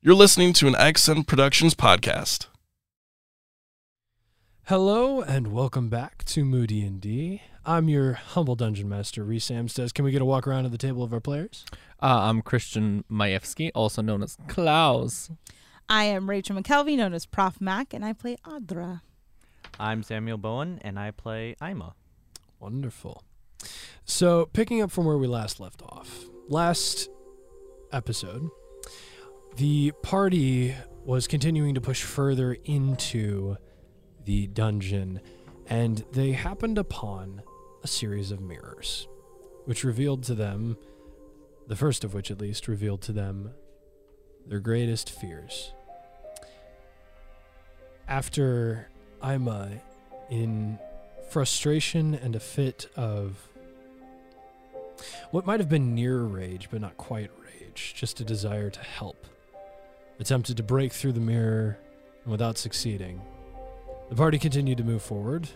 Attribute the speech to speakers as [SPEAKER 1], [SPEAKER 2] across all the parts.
[SPEAKER 1] You're listening to an Accent Productions podcast.
[SPEAKER 2] Hello and welcome back to Moody and D. I'm your humble dungeon master, Reese Sam says. Can we get a walk around to the table of our players?
[SPEAKER 3] Uh, I'm Christian Majewski, also known as Klaus.
[SPEAKER 4] I am Rachel McKelvey, known as Prof Mac, and I play Audra.
[SPEAKER 5] I'm Samuel Bowen, and I play Ima.
[SPEAKER 2] Wonderful. So, picking up from where we last left off, last episode, the party was continuing to push further into the dungeon, and they happened upon a series of mirrors, which revealed to them, the first of which at least, revealed to them their greatest fears. After Ima, in frustration and a fit of what might have been near rage, but not quite rage, just a desire to help, attempted to break through the mirror, and without succeeding, the party continued to move forward,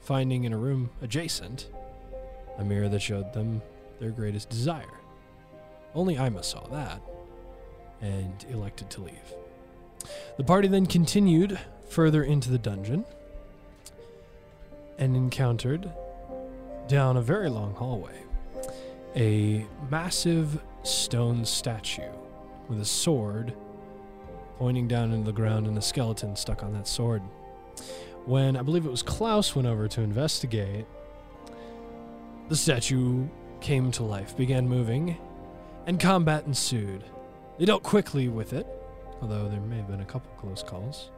[SPEAKER 2] finding in a room adjacent a mirror that showed them their greatest desire. Only Ima saw that and elected to leave. The party then continued further into the dungeon and encountered down a very long hallway a massive stone statue with a sword pointing down into the ground and a skeleton stuck on that sword when I believe it was Klaus went over to investigate, the statue came to life, began moving, and combat ensued. They dealt quickly with it, although there may have been a couple close calls.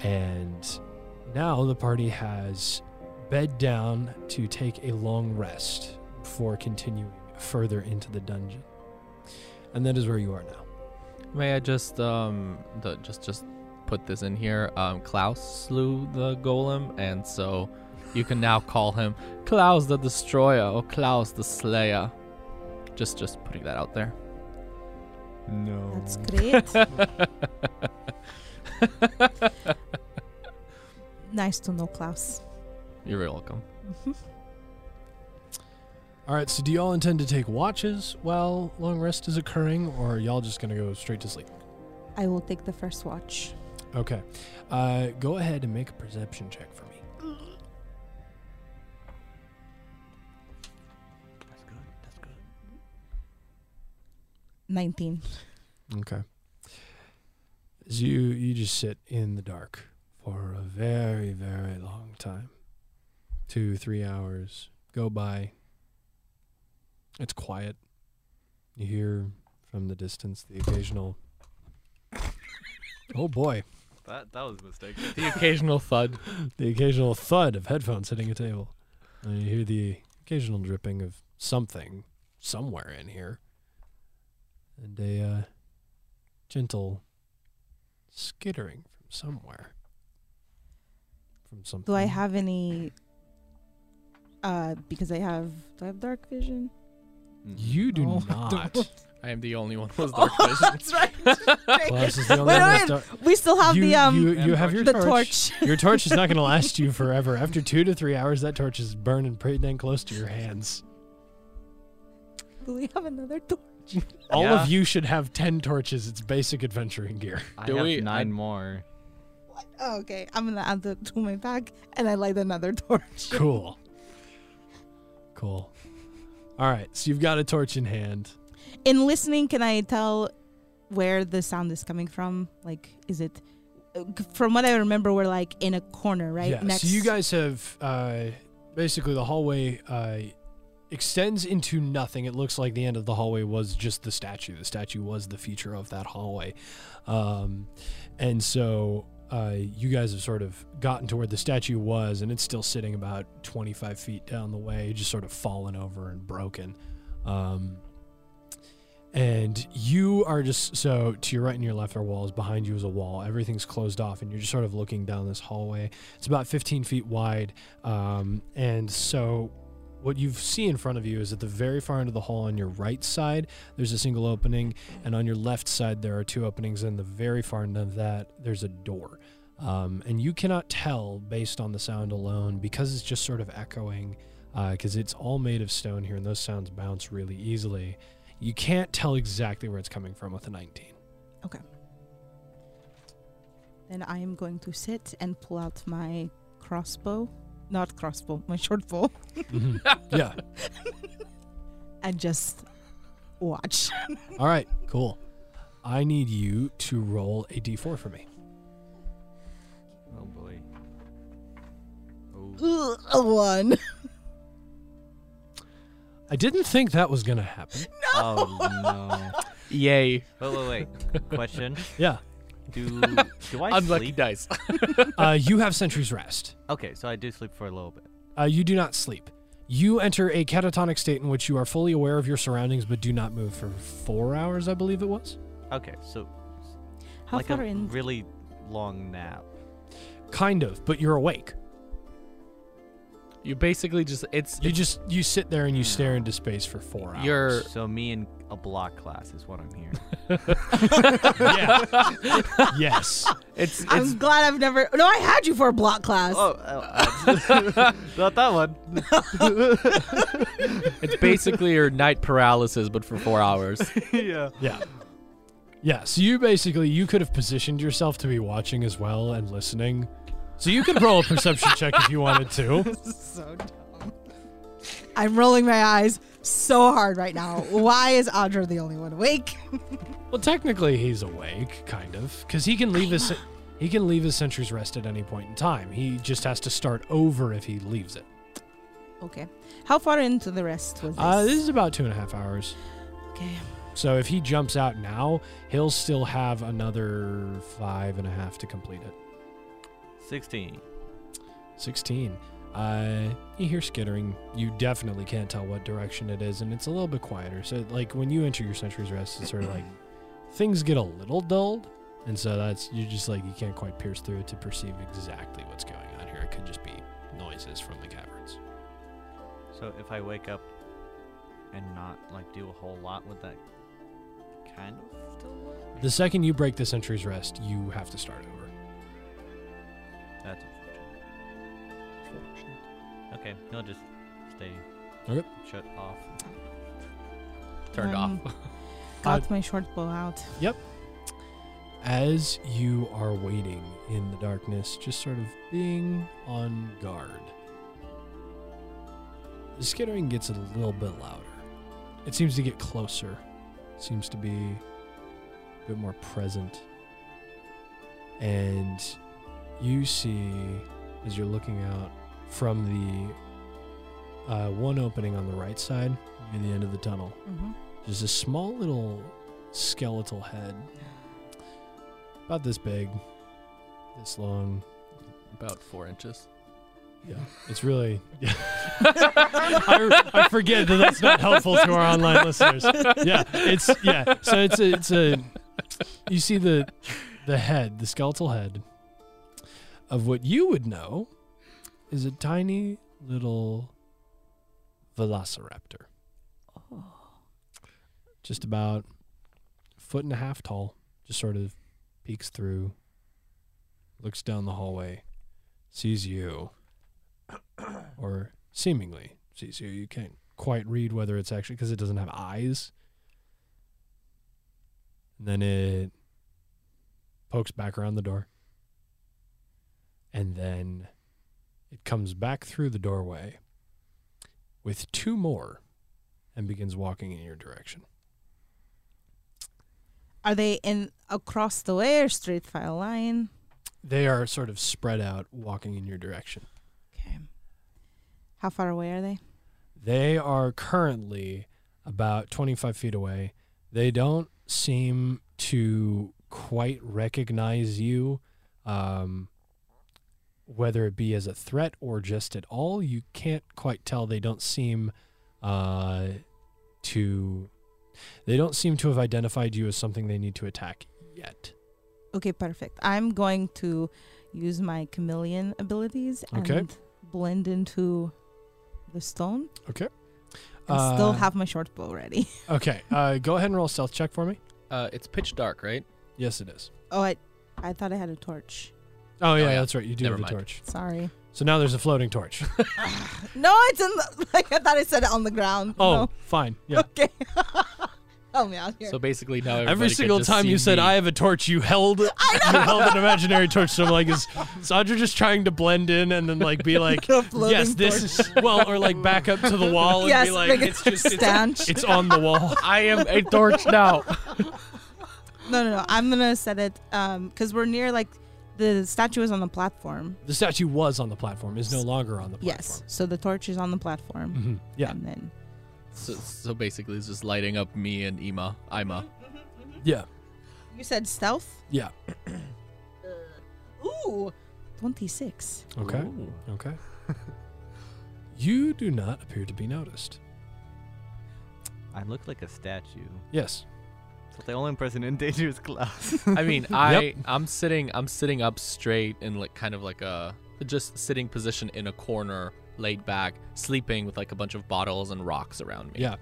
[SPEAKER 2] And now the party has bed down to take a long rest before continuing further into the dungeon. And that is where you are now.
[SPEAKER 3] May I just um the, just just put this in here? Um, Klaus slew the golem, and so you can now call him Klaus the Destroyer or Klaus the Slayer. Just just putting that out there.
[SPEAKER 5] No.
[SPEAKER 4] That's
[SPEAKER 2] Oh.
[SPEAKER 4] great. nice to know, Klaus.
[SPEAKER 3] You're welcome.
[SPEAKER 4] Mhm.
[SPEAKER 2] All right, so do y'all intend to take watches while long rest is occurring, or are y'all just going to go straight to sleep?
[SPEAKER 4] I will take the first watch.
[SPEAKER 2] Okay. Uh, go ahead and make a perception check for me.
[SPEAKER 5] That's good. That's good.
[SPEAKER 4] 19.
[SPEAKER 2] As you, you just sit in the dark for a very, very long time. Two, three hours go by. It's quiet. You hear from the distance the occasional. Oh boy.
[SPEAKER 5] That that was a mistake.
[SPEAKER 3] The occasional thud.
[SPEAKER 2] the occasional thud of headphones hitting a table. And you hear the occasional dripping of something somewhere in here. And a uh, gentle skittering from somewhere. From something.
[SPEAKER 4] Do I have any. Uh, because I have. Do I have dark vision?
[SPEAKER 2] You do
[SPEAKER 4] No, I
[SPEAKER 2] not.
[SPEAKER 4] Oh, don't.
[SPEAKER 3] I am the only one who's dark
[SPEAKER 4] Oh,
[SPEAKER 3] vision.
[SPEAKER 4] that's right.
[SPEAKER 2] Klaus is the only
[SPEAKER 4] Wait,
[SPEAKER 2] one
[SPEAKER 4] wait,
[SPEAKER 2] that's dark.
[SPEAKER 4] We still have
[SPEAKER 2] you,
[SPEAKER 4] the um
[SPEAKER 2] you, you have your
[SPEAKER 4] the torch.
[SPEAKER 2] Your torch is not going to last you forever. After two to three hours, that torch is burning pretty dang close to your hands.
[SPEAKER 4] Do we have another torch?
[SPEAKER 2] All
[SPEAKER 5] Yeah.
[SPEAKER 2] of you should have ten torches. It's basic adventuring gear.
[SPEAKER 5] I
[SPEAKER 3] Do
[SPEAKER 5] have
[SPEAKER 3] we-
[SPEAKER 5] nine
[SPEAKER 3] I-
[SPEAKER 5] more.
[SPEAKER 4] Oh, okay, I'm gonna add it to my bag, and I light another torch.
[SPEAKER 2] Cool. Cool. All right. So you've got a torch in hand.
[SPEAKER 4] In listening, can I tell where the sound is coming from? Like, is it uh, from what I remember? We're like in a corner, right?
[SPEAKER 2] Yeah. So you guys have uh, basically the hallway uh, extends into nothing. It looks like the end of the hallway was just the statue. The statue was the feature of that hallway. Um, and so uh, you guys have sort of gotten to where the statue was, and it's still sitting about 25 feet down the way, just sort of fallen over and broken. Um, and you are just so to your right and your left are walls. Behind you is a wall. Everything's closed off, and you're just sort of looking down this hallway. It's about 15 feet wide. Um, and so, what you see in front of you is at the very far end of the hall on your right side, there's a single opening. And on your left side, there are two openings. And the very far end of that, there's a door. Um, and you cannot tell based on the sound alone because it's just sort of echoing, because it's all made of stone here, and those sounds bounce really easily. You can't tell exactly where it's coming from with a 19.
[SPEAKER 4] Then I am going to sit and pull out my crossbow. Not crossbow, my short bow.
[SPEAKER 2] Mhm. yeah.
[SPEAKER 4] And just watch.
[SPEAKER 2] All right. Cool. I need you to roll a d4 for me.
[SPEAKER 5] Oh boy. Oh.
[SPEAKER 4] Ugh, a one.
[SPEAKER 2] I didn't think that was gonna happen.
[SPEAKER 5] Oh no.
[SPEAKER 3] Yay.
[SPEAKER 5] Wait, wait, wait. Question:
[SPEAKER 2] Yeah.
[SPEAKER 5] Do do I
[SPEAKER 3] Unlucky
[SPEAKER 5] sleep?
[SPEAKER 3] dice.
[SPEAKER 2] Uh, you have sentry's rest.
[SPEAKER 5] Okay, so I do sleep for a little bit.
[SPEAKER 2] Uh, you do not sleep. You enter a catatonic state in which you are fully aware of your surroundings but do not move for four hours, I believe it was.
[SPEAKER 5] Okay, so
[SPEAKER 4] How
[SPEAKER 5] like
[SPEAKER 4] far
[SPEAKER 5] a
[SPEAKER 4] in?
[SPEAKER 5] really long nap.
[SPEAKER 2] Kind of, but you're awake.
[SPEAKER 3] You basically just it's
[SPEAKER 2] You just you sit there and you stare into space for four hours.
[SPEAKER 3] you're
[SPEAKER 5] So me and a block class is what I'm hearing.
[SPEAKER 2] yeah. yes.
[SPEAKER 3] it's it's
[SPEAKER 4] I'm glad I've never. No, I had you for a block class.
[SPEAKER 5] oh, not that one.
[SPEAKER 3] it's basically your night paralysis but for 4 hours.
[SPEAKER 5] yeah.
[SPEAKER 2] Yeah. Yeah. So you basically you could have positioned yourself to be watching as well and listening. So you could roll a perception check if you wanted to.
[SPEAKER 4] so dumb. I'm rolling my eyes so hard right now. Why is Audra the only one awake?
[SPEAKER 2] Well, technically he's awake, kind of, because he can leave his he can leave his sentry's rest at any point in time. He just has to start over if he leaves it.
[SPEAKER 4] Okay. How far into the rest was this?
[SPEAKER 2] Uh, this is about two and a half hours.
[SPEAKER 4] okay.
[SPEAKER 2] So if he jumps out now, he'll still have another five and a half to complete it.
[SPEAKER 5] Sixteen.
[SPEAKER 2] 16. Uh, you hear skittering. You definitely can't tell what direction it is, and it's a little bit quieter. So, like, when you enter your Century's Rest, it's sort of like things get a little dulled. And so that's, you're just like, you can't quite pierce through it to perceive exactly what's going on here. It could just be noises from the caverns.
[SPEAKER 5] So if I wake up and not like do a whole lot with that, kind of still. work?
[SPEAKER 2] The second you break the Century's Rest, you have to start over.
[SPEAKER 5] That's unfortunate. Okay, he'll just stay.
[SPEAKER 2] Okay.
[SPEAKER 5] Shut off.
[SPEAKER 3] Turned
[SPEAKER 4] Um,
[SPEAKER 3] off.
[SPEAKER 2] uh,
[SPEAKER 4] Got my short bow out.
[SPEAKER 2] As you are waiting in the darkness, just sort of being on guard, the skittering gets a little bit louder. It seems to get closer, seems to be a bit more present. And you see, as you're looking out from the uh, one opening on the right side near the end of the tunnel,
[SPEAKER 4] hmm
[SPEAKER 2] there's a small little skeletal head. About this big. This long.
[SPEAKER 3] About 4 inches.
[SPEAKER 2] Yeah. It's really. I, I forget that that's not helpful to our online listeners. Yeah. It's, yeah. So it's a, it's a, you see the, the head, the skeletal head of what you would know is a tiny little velociraptor.
[SPEAKER 4] Oh.
[SPEAKER 2] just about foot and a half tall, just sort of peeks through, looks down the hallway, sees you, or seemingly sees you. You can't quite read whether it's actually because it doesn't have eyes. And then it pokes back around the door. And then it comes back through the doorway with two more and begins walking in your direction.
[SPEAKER 4] Are they in across the way or straight file line?
[SPEAKER 2] They are sort of spread out, walking in your direction.
[SPEAKER 4] Okay. How far away are they?
[SPEAKER 2] They are currently about 25 feet away. They don't seem to quite recognize you, um, whether it be as a threat or just at all. You can't quite tell. They don't seem uh, to. They don't seem to have identified you as something they need to attack yet.
[SPEAKER 4] Okay, perfect. I'm going to use my chameleon abilities and
[SPEAKER 2] Okay.
[SPEAKER 4] blend into the stone.
[SPEAKER 2] Okay.
[SPEAKER 4] And still
[SPEAKER 2] Uh,
[SPEAKER 4] have my short bow ready.
[SPEAKER 2] Okay. Uh, go ahead and roll a stealth check for me.
[SPEAKER 3] Uh, it's pitch dark, right?
[SPEAKER 2] Yes, it is.
[SPEAKER 4] Oh, I, I thought I had a torch.
[SPEAKER 2] Oh, yeah,
[SPEAKER 3] yeah.
[SPEAKER 2] that's right. You do
[SPEAKER 3] Never
[SPEAKER 2] have a
[SPEAKER 3] mind.
[SPEAKER 2] torch.
[SPEAKER 4] Sorry.
[SPEAKER 2] So now there's a floating torch.
[SPEAKER 4] No, it's in the, like I thought I said it on the ground.
[SPEAKER 2] Oh,
[SPEAKER 4] No.
[SPEAKER 2] fine. Yeah.
[SPEAKER 4] Okay. Help me out here.
[SPEAKER 3] So basically, now
[SPEAKER 2] Every single time you said I have a torch, you held you held an imaginary torch. So I'm like, is Sandra just trying to blend in and then like be like,
[SPEAKER 4] The floating
[SPEAKER 2] yes, this is well, or like back up to the wall and
[SPEAKER 4] yes,
[SPEAKER 2] be like,
[SPEAKER 4] like
[SPEAKER 2] it's just it's,
[SPEAKER 4] stanch.
[SPEAKER 2] it's on the wall.
[SPEAKER 3] I am a torch now.
[SPEAKER 4] no, no, no. I'm gonna set it um because we're near like the statue is on the platform.
[SPEAKER 2] The statue was on the platform, is no longer on the platform.
[SPEAKER 4] Yes, Um, so the torch is on the platform.
[SPEAKER 2] hmm Yeah.
[SPEAKER 4] And then
[SPEAKER 3] so, so basically, it's just lighting up me and Ima. Ima.
[SPEAKER 2] Yeah.
[SPEAKER 4] you said stealth.
[SPEAKER 2] Yeah.
[SPEAKER 4] Ooh, twenty six.
[SPEAKER 2] Okay. Okay. you do not appear to be noticed.
[SPEAKER 5] I look like a statue.
[SPEAKER 2] Yes.
[SPEAKER 5] So the only person in danger is Klaus.
[SPEAKER 3] I mean, I I'm sitting I'm sitting up straight in like kind of like a just sitting position in a corner, laid back, sleeping with like a bunch of bottles and rocks around me.
[SPEAKER 2] Yeah.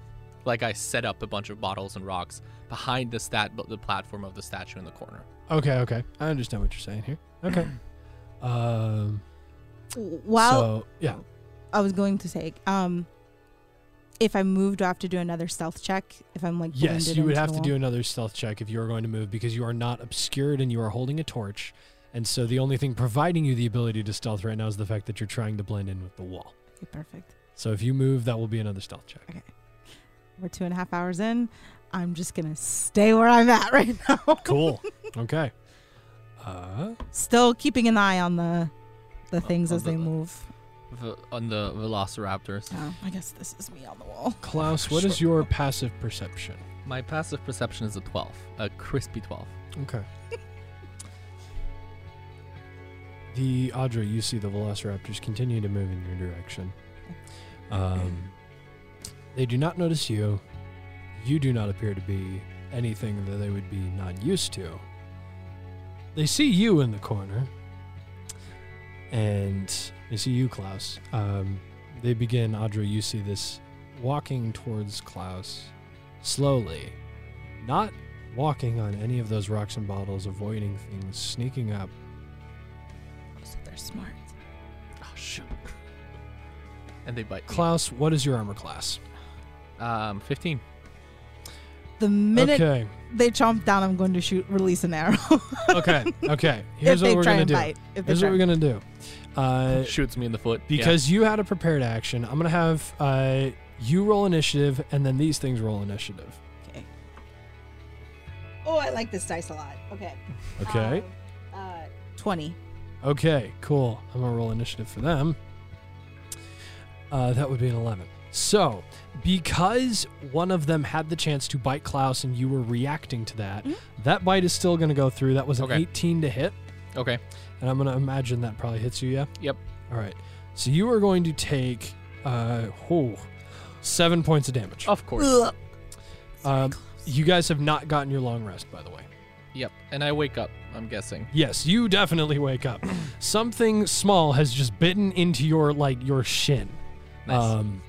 [SPEAKER 3] Like I set up a bunch of bottles and rocks behind the stat the platform of the statue in the corner.
[SPEAKER 2] Okay. Okay. I understand what you're saying here. Okay. um.
[SPEAKER 4] While
[SPEAKER 2] so yeah.
[SPEAKER 4] I was going to say, um, if I move, do I have to do another stealth check? If I'm like
[SPEAKER 2] Yes,
[SPEAKER 4] blended
[SPEAKER 2] you would
[SPEAKER 4] into
[SPEAKER 2] have
[SPEAKER 4] the
[SPEAKER 2] to do another stealth check if you are going to move because you are not obscured and you are holding a torch. And so the only thing providing you the ability to stealth right now is the fact that you're trying to blend in with the wall.
[SPEAKER 4] wall? Okay, perfect.
[SPEAKER 2] So if you move, that will be another stealth check.
[SPEAKER 4] We're two and a half hours in. I'm just gonna stay where I'm at right now.
[SPEAKER 2] Cool. okay. Uh,
[SPEAKER 4] Still keeping an eye on the
[SPEAKER 2] Oh,
[SPEAKER 4] the things
[SPEAKER 3] on
[SPEAKER 4] as
[SPEAKER 3] the-
[SPEAKER 4] they move.
[SPEAKER 3] V- on the velociraptors.
[SPEAKER 4] Oh, I guess this is me on the wall. Oh,
[SPEAKER 2] Klaus, what is your passive perception?
[SPEAKER 3] My passive perception is a 12, a crispy 12.
[SPEAKER 2] Okay. The Audra, you see the velociraptors continue to move in your direction. Um, they do not notice you. You do not appear to be anything that they would be not used to. They see you in the corner, and they see you, Klaus. Um, they begin, Audra, you see this walking towards Klaus slowly, not walking on any of those rocks and bottles, avoiding things, sneaking up.
[SPEAKER 4] So they're smart.
[SPEAKER 3] Oh shoot. And they bite. me.
[SPEAKER 2] Klaus, what is your armor class?
[SPEAKER 3] um 15.
[SPEAKER 4] The minute
[SPEAKER 2] okay,
[SPEAKER 4] they chomp down, I'm going to shoot, release an arrow.
[SPEAKER 2] okay, okay. Here's
[SPEAKER 4] if they
[SPEAKER 2] what we're
[SPEAKER 4] try
[SPEAKER 2] gonna
[SPEAKER 4] and
[SPEAKER 2] do.
[SPEAKER 4] bite. If they
[SPEAKER 2] Here's
[SPEAKER 4] try.
[SPEAKER 2] what we're gonna do. Uh,
[SPEAKER 3] Shoots me in the foot. Oh, Yeah.
[SPEAKER 2] because you had a prepared action, I'm gonna have uh, you roll initiative, and then these things roll initiative.
[SPEAKER 4] okay. Oh, I like this dice a lot. Okay.
[SPEAKER 2] Okay.
[SPEAKER 4] Um, uh, Twenty. Ah.
[SPEAKER 2] Okay, cool. I'm gonna roll initiative for them. Uh, that would be an 11. So, because one of them had the chance to bite Klaus and you were reacting to that,
[SPEAKER 4] Mhm.
[SPEAKER 2] that bite is still going to go through. That was an
[SPEAKER 3] Okay.
[SPEAKER 2] 18 to hit,
[SPEAKER 3] Okay.
[SPEAKER 2] and I'm going to imagine that probably hits you, yeah?
[SPEAKER 3] Yep.
[SPEAKER 2] All right. So, you are going to take uh, whew, seven points of damage.
[SPEAKER 3] Of course.
[SPEAKER 4] Ugh.
[SPEAKER 2] Um, you guys have not gotten your long rest, by the way.
[SPEAKER 3] Yep. And I wake up, I'm guessing.
[SPEAKER 2] Yes, you definitely wake up. Something small has just bitten into your like your shin.
[SPEAKER 3] Nice.
[SPEAKER 2] Um,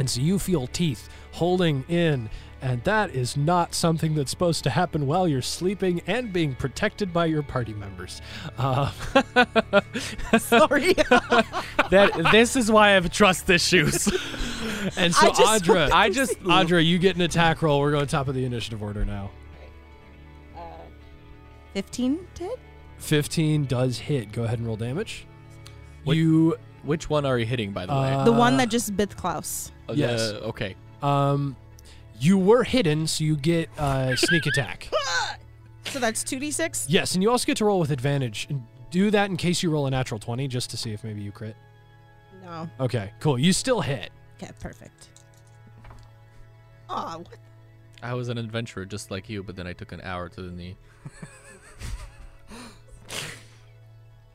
[SPEAKER 2] and so you feel teeth holding in, and that is not something that's supposed to happen while you're sleeping and being protected by your party members. Uh,
[SPEAKER 4] Sorry.
[SPEAKER 3] that this is why I have trust issues.
[SPEAKER 2] and so
[SPEAKER 4] I just
[SPEAKER 2] Audra,
[SPEAKER 3] I just
[SPEAKER 2] Audra, you get an attack roll. We're going top of the initiative order now.
[SPEAKER 4] Fifteen did.
[SPEAKER 2] 15 does hit. Go ahead and roll damage.
[SPEAKER 3] What-
[SPEAKER 2] You
[SPEAKER 3] Which one are you hitting by the way?
[SPEAKER 2] uh,
[SPEAKER 4] The one that just bit Klaus.
[SPEAKER 3] Uh,
[SPEAKER 2] yes.
[SPEAKER 3] the- okay.
[SPEAKER 2] um you were hidden, so you get uh, sneak attack.
[SPEAKER 4] So that's two d six.
[SPEAKER 2] Yes, and you also get to roll with advantage. And Do that in case you roll a natural 20 just to see if maybe you crit.
[SPEAKER 4] No.
[SPEAKER 2] Okay, cool. You still hit.
[SPEAKER 4] Okay. Perfect. Oh, what?
[SPEAKER 3] I was an adventurer just like you, but then I took an hour to the knee.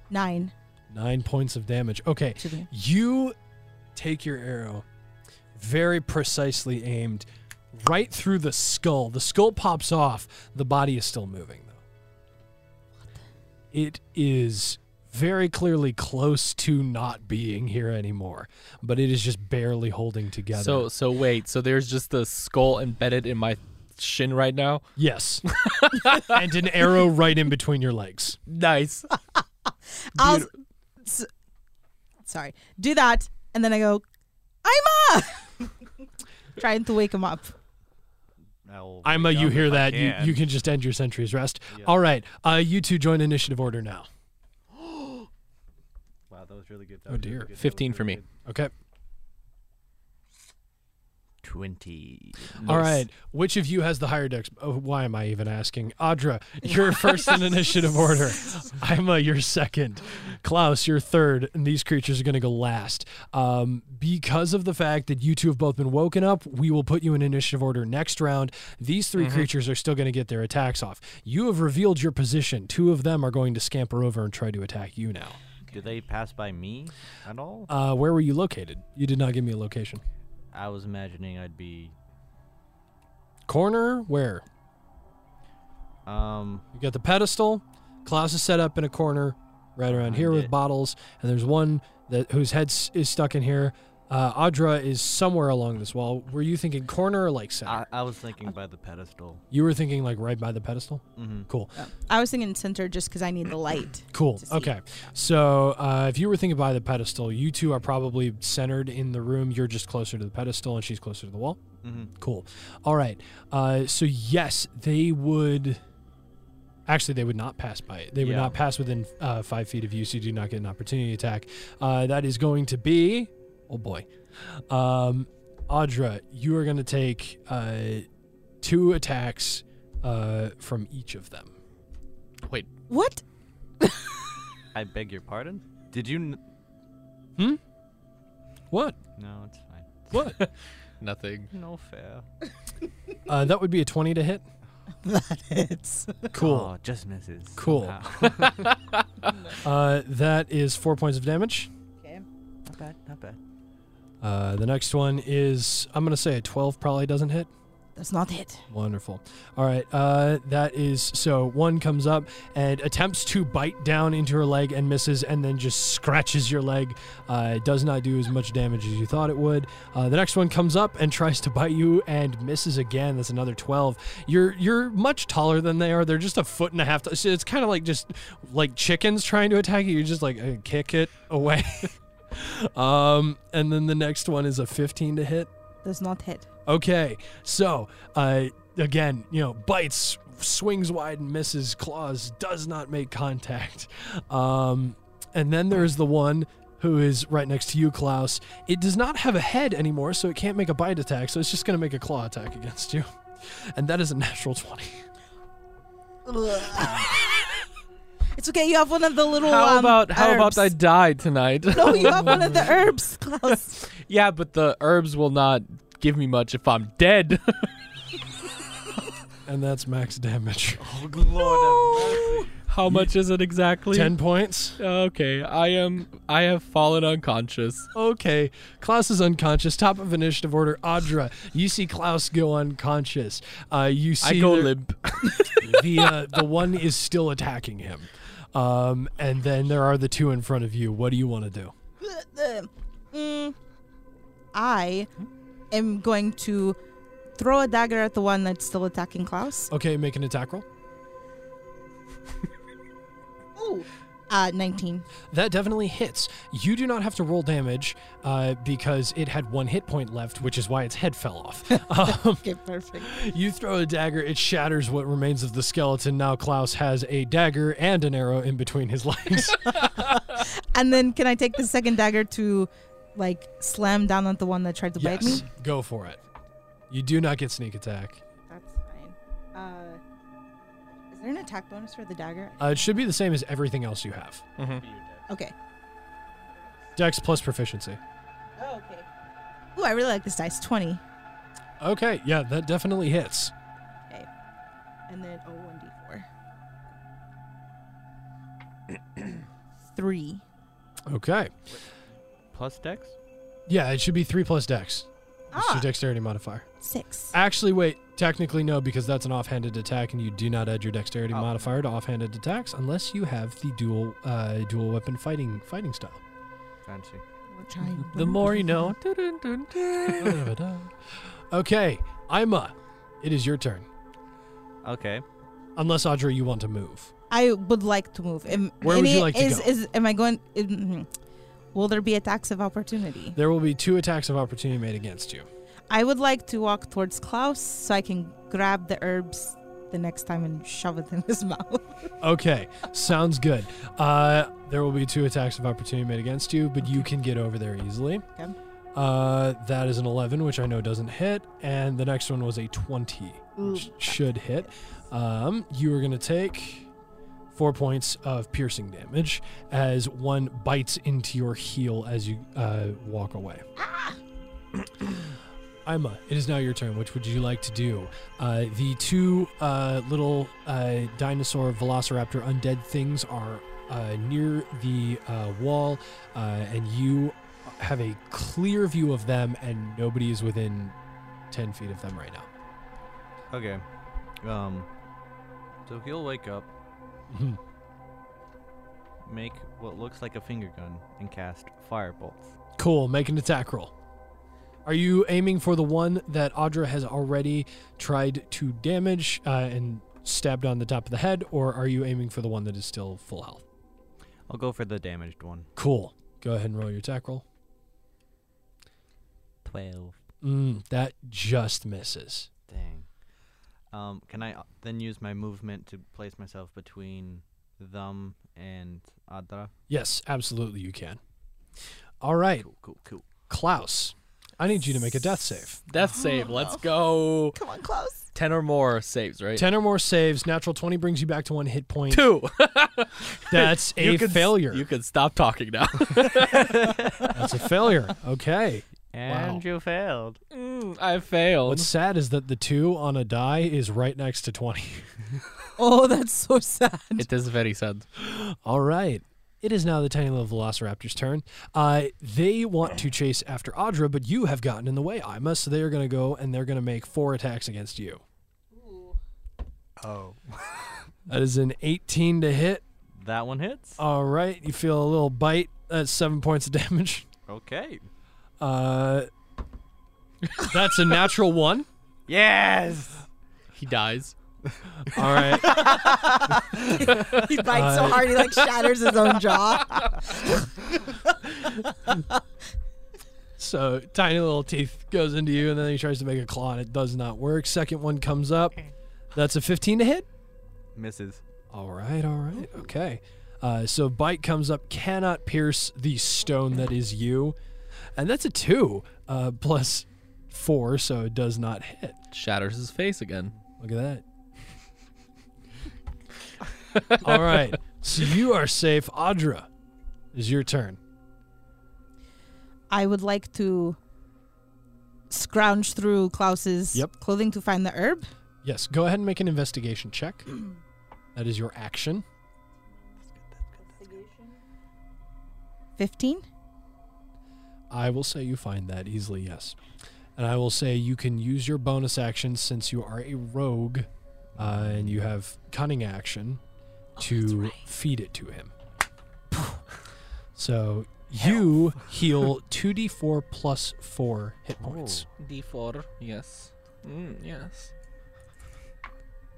[SPEAKER 4] nine.
[SPEAKER 2] Nine points of damage. Okay,
[SPEAKER 4] To the-
[SPEAKER 2] you take your arrow, very precisely aimed, right through the skull. The skull pops off. The body is still moving, though. It is very clearly close to not being here anymore, but it is just barely holding together.
[SPEAKER 3] So so wait, so there's just the skull embedded in my shin right now?
[SPEAKER 2] yes, and an arrow right in between your legs.
[SPEAKER 3] Nice.
[SPEAKER 4] I'll. S- sorry. Do that, and then I go. I'm up. Trying to wake him up.
[SPEAKER 5] I'll
[SPEAKER 2] Ima,
[SPEAKER 5] wake
[SPEAKER 2] you
[SPEAKER 5] up
[SPEAKER 2] hear
[SPEAKER 5] if I
[SPEAKER 2] that? You, you
[SPEAKER 5] can.
[SPEAKER 2] can just end your sentry's rest.
[SPEAKER 5] Yeah.
[SPEAKER 2] All right, uh, you two join initiative order now.
[SPEAKER 5] Wow, that was really good.
[SPEAKER 2] Oh, dear.
[SPEAKER 3] 15 for me.
[SPEAKER 2] Okay.
[SPEAKER 5] Twenty.
[SPEAKER 2] All
[SPEAKER 3] Nice.
[SPEAKER 2] right. Which of you has the higher dex? Oh, why am I even asking? Audra, you're first in initiative order. Ima, you're second. Klaus, you're third. And these creatures are going to go last. Um, because of the fact that you two have both been woken up, we will put you in initiative order next round. These 3 creatures are still going to get their attacks off. You have revealed your position. Two of them are going to scamper over and try to attack you now.
[SPEAKER 5] Do they pass by me at all?
[SPEAKER 2] Uh, where were you located? You did not give me a location.
[SPEAKER 5] I was imagining I'd be.
[SPEAKER 2] Corner? Where?
[SPEAKER 5] Um,
[SPEAKER 2] You got the pedestal. Klaus is set up in a corner, right around here
[SPEAKER 5] Behind
[SPEAKER 2] with
[SPEAKER 5] it.
[SPEAKER 2] bottles, and there's one that whose head s- is stuck in here. Uh, Audra is somewhere along this wall. Were you thinking corner or like center?
[SPEAKER 5] I, I was thinking by the pedestal.
[SPEAKER 2] you were thinking like right by the pedestal.
[SPEAKER 5] Mm-hmm.
[SPEAKER 2] Cool,
[SPEAKER 4] I was thinking center just because I need the light.
[SPEAKER 2] cool.
[SPEAKER 4] To see.
[SPEAKER 2] Okay, so uh, if you were thinking by the pedestal, you two are probably centered in the room. You're just closer to the pedestal, and she's closer to the wall.
[SPEAKER 5] Mm-hmm.
[SPEAKER 2] Cool. All right. Uh, so yes, they would. Actually, they would not pass by it. They would
[SPEAKER 5] Yeah.
[SPEAKER 2] not pass within uh, five feet of you, so you do not get an opportunity attack. Uh, that is going to be. Oh boy, um, Audra, you are going to take uh, two attacks uh, from each of them.
[SPEAKER 3] Wait,
[SPEAKER 4] What?
[SPEAKER 5] I beg your pardon. Did you? N-
[SPEAKER 2] What?
[SPEAKER 5] no, it's fine.
[SPEAKER 2] What?
[SPEAKER 3] nothing.
[SPEAKER 5] No fair.
[SPEAKER 2] uh, that would be a twenty to hit.
[SPEAKER 4] that hits.
[SPEAKER 2] Cool.
[SPEAKER 5] Oh, just misses.
[SPEAKER 2] Cool.
[SPEAKER 5] somehow.
[SPEAKER 2] Uh, that is four points of damage.
[SPEAKER 4] Okay.
[SPEAKER 5] not bad. Not bad.
[SPEAKER 2] Uh, the next one is I'm going to say a twelve probably doesn't hit.
[SPEAKER 4] That's not hit.
[SPEAKER 2] Wonderful. All right. Uh, that is so one comes up and attempts to bite down into her leg and misses, and then just scratches your leg. Uh, it does not do as much damage as you thought it would. Uh, the next one comes up and tries to bite you and misses again. That's another twelve. You're you're much taller than they are. They're just a foot and a half. T- so it's kind of like just like chickens trying to attack you. You just like uh, kick it away. um, and then the next one is a fifteen to hit.
[SPEAKER 4] Does not hit.
[SPEAKER 2] Okay, so uh, again, you know, bites, swings wide and misses, claws, does not make contact. Um, and then there is the one who is right next to you, Klaus. It does not have a head anymore, so it can't make a bite attack, so it's just going to make a claw attack against you. And that is a natural 20.
[SPEAKER 4] it's okay. You have one of the little.
[SPEAKER 3] How
[SPEAKER 4] um,
[SPEAKER 3] about how
[SPEAKER 4] herbs.
[SPEAKER 3] about I die tonight?
[SPEAKER 4] No, you have one of the herbs, Klaus.
[SPEAKER 3] yeah, but the herbs will not give me much if I'm dead.
[SPEAKER 2] And that's max damage.
[SPEAKER 5] Oh, Lord
[SPEAKER 3] how much is it exactly?
[SPEAKER 2] 10 points.
[SPEAKER 3] Okay, I am. I have fallen unconscious.
[SPEAKER 2] Okay, Klaus is unconscious. Top of initiative order, Audra. You see Klaus go unconscious. Uh, you see
[SPEAKER 3] I go
[SPEAKER 2] there-
[SPEAKER 3] limp.
[SPEAKER 2] the uh, the one is still attacking him. Um, and then there are the two in front of you. What do you want to do?
[SPEAKER 4] Mm, I am going to throw a dagger at the one that's still attacking Klaus.
[SPEAKER 2] Okay, make an attack roll.
[SPEAKER 4] Ooh. Uh, 19.
[SPEAKER 2] That definitely hits. You do not have to roll damage uh, because it had one hit point left, which is why its head fell off. um,
[SPEAKER 4] Okay, perfect.
[SPEAKER 2] you throw a dagger, it shatters what remains of the skeleton. Now Klaus has a dagger and an arrow in between his legs.
[SPEAKER 4] And then can I take the second dagger to, like, slam down at the one that tried to bite me?
[SPEAKER 2] yes, go for it. You do not get sneak attack.
[SPEAKER 4] That's fine. Uh, is there an attack bonus for the dagger?
[SPEAKER 2] Uh, it should be the same as everything else you have.
[SPEAKER 3] Mm-hmm.
[SPEAKER 4] Okay.
[SPEAKER 2] Dex plus proficiency.
[SPEAKER 4] Oh, okay. Ooh, I really like this dice. 20.
[SPEAKER 2] Okay, yeah, that definitely hits.
[SPEAKER 4] And then, oh, 1d4. Three.
[SPEAKER 2] Okay.
[SPEAKER 5] Plus Dex.
[SPEAKER 2] Yeah, it should be three plus dex. It's
[SPEAKER 4] Ah,
[SPEAKER 2] your dexterity modifier.
[SPEAKER 4] six.
[SPEAKER 2] Actually, wait. Technically, no, because that's an offhanded attack, and you do not add your dexterity
[SPEAKER 5] Oh.
[SPEAKER 2] modifier to offhanded attacks unless you have the dual uh, dual weapon fighting fighting style.
[SPEAKER 5] Fancy.
[SPEAKER 3] The more you know.
[SPEAKER 2] okay, Ima, it is your turn.
[SPEAKER 5] Okay.
[SPEAKER 2] Unless Audrey, you want to move.
[SPEAKER 4] I would like to move. Am,
[SPEAKER 2] Where would you
[SPEAKER 4] any-
[SPEAKER 2] like to
[SPEAKER 4] is,
[SPEAKER 2] go?
[SPEAKER 4] Is, am I going? mhm. will there be attacks of opportunity?
[SPEAKER 2] There will be two attacks of opportunity made against you.
[SPEAKER 4] I would like to walk towards Klaus so I can grab the herbs the next time and shove it in his mouth.
[SPEAKER 2] Okay, sounds good. Uh, there will be two attacks of opportunity made against you, but you can get over there easily.
[SPEAKER 4] Okay.
[SPEAKER 2] Uh, that is an 11, which I know doesn't hit, and the next one was a 20, which should hit. Um, you are going to take four points of piercing damage as one bites into your heel as you uh, walk away. Ima, it is now your turn. Which would you like to do? Uh, the two uh, little uh, dinosaur velociraptor undead things are uh, near the uh, wall, uh, and you have a clear view of them, and nobody is within 10 feet of them right now.
[SPEAKER 5] Okay. Um. So he'll wake up,
[SPEAKER 2] Mhm.
[SPEAKER 5] make what looks like a finger gun, and cast firebolts.
[SPEAKER 2] cool, make an attack roll. Are you aiming for the one that Audra has already tried to damage uh, and stabbed on the top of the head, or are you aiming for the one that is still full health?
[SPEAKER 5] I'll go for the damaged one.
[SPEAKER 2] Cool. Go ahead and roll your attack roll.
[SPEAKER 5] Twelve.
[SPEAKER 2] Mm, that just misses.
[SPEAKER 5] Dang. Um. Can I uh, then use my movement to place myself between them and Adra?
[SPEAKER 2] Yes, absolutely, you can. All right,
[SPEAKER 5] Cool. Cool. Cool.
[SPEAKER 2] Klaus, I need you to make a death save.
[SPEAKER 3] Death save. Let's go.
[SPEAKER 4] Come on, Klaus.
[SPEAKER 3] Ten or more saves, right?
[SPEAKER 2] 10 or more saves, natural 20 brings you back to one hit point.
[SPEAKER 3] Two.
[SPEAKER 2] That's a
[SPEAKER 3] You can s-
[SPEAKER 2] failure.
[SPEAKER 3] You can stop talking now.
[SPEAKER 2] That's a failure. Okay.
[SPEAKER 5] And you failed.
[SPEAKER 3] Mm, I failed.
[SPEAKER 2] What's sad is that the two on a die is right next to 20.
[SPEAKER 4] Oh, that's so sad.
[SPEAKER 3] It is very sad.
[SPEAKER 2] All right. It is now the tiny little velociraptor's turn. Uh, they want to chase after Audra, but you have gotten in the way, Ima, so they are going to go and they're going to make four attacks against you.
[SPEAKER 5] Oh.
[SPEAKER 2] That is an 18 to hit.
[SPEAKER 5] That one hits.
[SPEAKER 2] All right, you feel a little bite. That's seven points of damage.
[SPEAKER 5] Okay.
[SPEAKER 2] Uh, that's a natural one.
[SPEAKER 5] Yes.
[SPEAKER 3] He dies.
[SPEAKER 2] All right,
[SPEAKER 4] He bites so
[SPEAKER 2] Uh,
[SPEAKER 4] hard he like shatters his own jaw.
[SPEAKER 2] so tiny little teeth goes into you, and then he tries to make a claw, and it does not work. Second one comes up. That's a 15 to hit.
[SPEAKER 5] Misses.
[SPEAKER 2] All right, all right, okay. Uh, so bite comes up, cannot pierce the stone that is you, and that's a two uh, plus four, so it does not hit.
[SPEAKER 3] Shatters his face again.
[SPEAKER 2] Look at that. All right. So you are safe. Audra, it is your turn.
[SPEAKER 4] I would like to scrounge through Klaus's
[SPEAKER 2] Yep.
[SPEAKER 4] clothing to find the herb.
[SPEAKER 2] Yes, go ahead and make an investigation check. That is your action.
[SPEAKER 4] 15.
[SPEAKER 2] I will say you find that easily, yes. And I will say you can use your bonus action since you are a rogue uh, and you have cunning action to feed it to him. so you heal 2d4 plus 4 hit points.
[SPEAKER 3] D4. Yes. Mm, yes.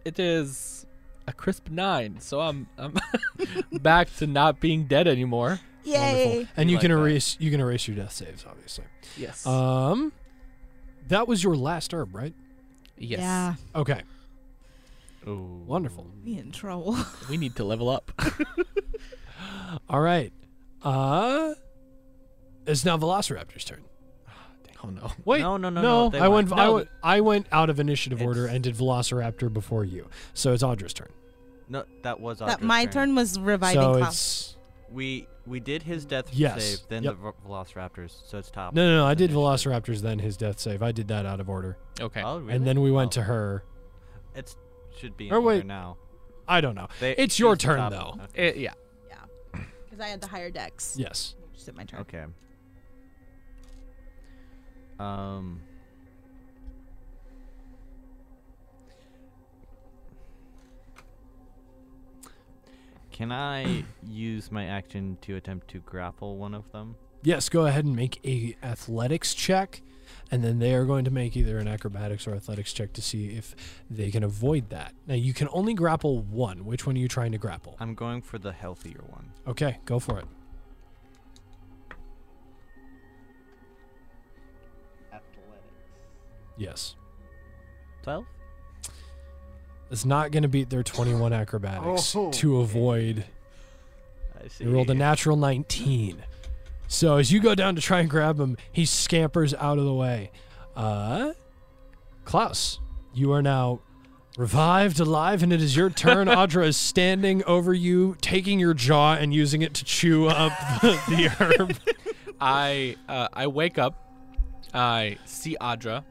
[SPEAKER 3] It is a crisp nine, so I'm I'm back to not being dead anymore.
[SPEAKER 4] Yay.
[SPEAKER 2] And
[SPEAKER 3] We
[SPEAKER 2] you
[SPEAKER 3] like
[SPEAKER 2] can
[SPEAKER 3] that.
[SPEAKER 2] erase you can erase your death saves, obviously.
[SPEAKER 3] Yes.
[SPEAKER 2] Um that was your last herb, right?
[SPEAKER 3] yes.
[SPEAKER 4] Yeah.
[SPEAKER 2] Okay.
[SPEAKER 5] Ooh.
[SPEAKER 2] Wonderful.
[SPEAKER 4] We in trouble.
[SPEAKER 3] We need to level up.
[SPEAKER 2] All right. Uh it's now Velociraptor's turn.
[SPEAKER 3] oh no.
[SPEAKER 2] Wait,
[SPEAKER 5] No, no, no, no, they
[SPEAKER 2] I went,
[SPEAKER 5] went-
[SPEAKER 2] I
[SPEAKER 5] no,
[SPEAKER 2] went. I went out of initiative order
[SPEAKER 5] It's-
[SPEAKER 2] and did Velociraptor before you, so it's Audra's turn.
[SPEAKER 5] No, that was
[SPEAKER 4] that
[SPEAKER 5] Audra's
[SPEAKER 4] my turn was reviving
[SPEAKER 2] so
[SPEAKER 4] Klaus.
[SPEAKER 2] it's
[SPEAKER 5] We we did his death
[SPEAKER 2] Yes.
[SPEAKER 5] save, then
[SPEAKER 2] Yep.
[SPEAKER 5] the Vel- Velociraptors, so it's top.
[SPEAKER 2] no, no, no. I did
[SPEAKER 5] initiative.
[SPEAKER 2] Velociraptor's, then his death save. I did that out of order,
[SPEAKER 3] Okay.
[SPEAKER 5] Oh, really?
[SPEAKER 2] and then we went
[SPEAKER 5] Oh,
[SPEAKER 2] to her.
[SPEAKER 5] It's should be in
[SPEAKER 2] Or
[SPEAKER 5] order
[SPEAKER 2] wait.
[SPEAKER 5] now.
[SPEAKER 2] I don't know.
[SPEAKER 5] They-
[SPEAKER 2] It's your
[SPEAKER 5] she's the
[SPEAKER 2] turn,
[SPEAKER 5] top.
[SPEAKER 2] though.
[SPEAKER 5] Okay.
[SPEAKER 3] Eh, yeah.
[SPEAKER 4] Because I had the higher decks.
[SPEAKER 2] Yes.
[SPEAKER 4] Just hit my
[SPEAKER 2] Oh,
[SPEAKER 4] turn.
[SPEAKER 5] okay. Um. Can I use my action to attempt to grapple one of them?
[SPEAKER 2] Yes. Go ahead and make a athletics check, and then they are going to make either an acrobatics or athletics check to see if they can avoid that. Now you can only grapple one. Which one are you trying to grapple?
[SPEAKER 5] I'm going for the healthier one.
[SPEAKER 2] Okay, go for it.
[SPEAKER 5] Athletics.
[SPEAKER 2] Yes.
[SPEAKER 5] 12?
[SPEAKER 2] It's not going to beat their 21 acrobatics
[SPEAKER 5] Oh,
[SPEAKER 2] to
[SPEAKER 5] okay.
[SPEAKER 2] avoid.
[SPEAKER 5] I see.
[SPEAKER 2] He rolled a natural 19. So as you go down to try and grab him, he scampers out of the way. Uh, Klaus, you are now revived, alive, and it is your turn. Audra is standing over you, taking your jaw and using it to chew up the, the herb.
[SPEAKER 3] I uh, I wake up. I see Adra.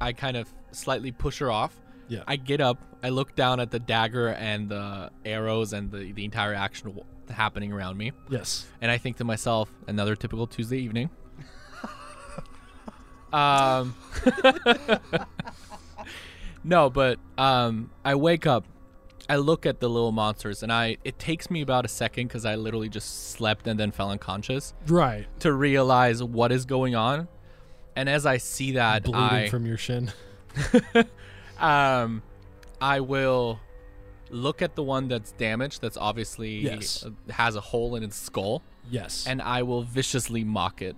[SPEAKER 3] I kind of slightly push her off.
[SPEAKER 2] Yeah.
[SPEAKER 3] I get up. I look down at the dagger and the arrows and the, the entire action w- happening around me.
[SPEAKER 2] Yes.
[SPEAKER 3] And I think to myself, another typical Tuesday evening. um, no, but um, I wake up. I look at the little monsters, and I it takes me about a second because I literally just slept and then fell unconscious
[SPEAKER 2] Right.
[SPEAKER 3] to realize what is going on. And as I see that,
[SPEAKER 2] Bleeding
[SPEAKER 3] I
[SPEAKER 2] from your shin.
[SPEAKER 3] um, I will look at the one that's damaged, that's obviously
[SPEAKER 2] Yes.
[SPEAKER 3] has a hole in its skull,
[SPEAKER 2] Yes.
[SPEAKER 3] and I will viciously mock it.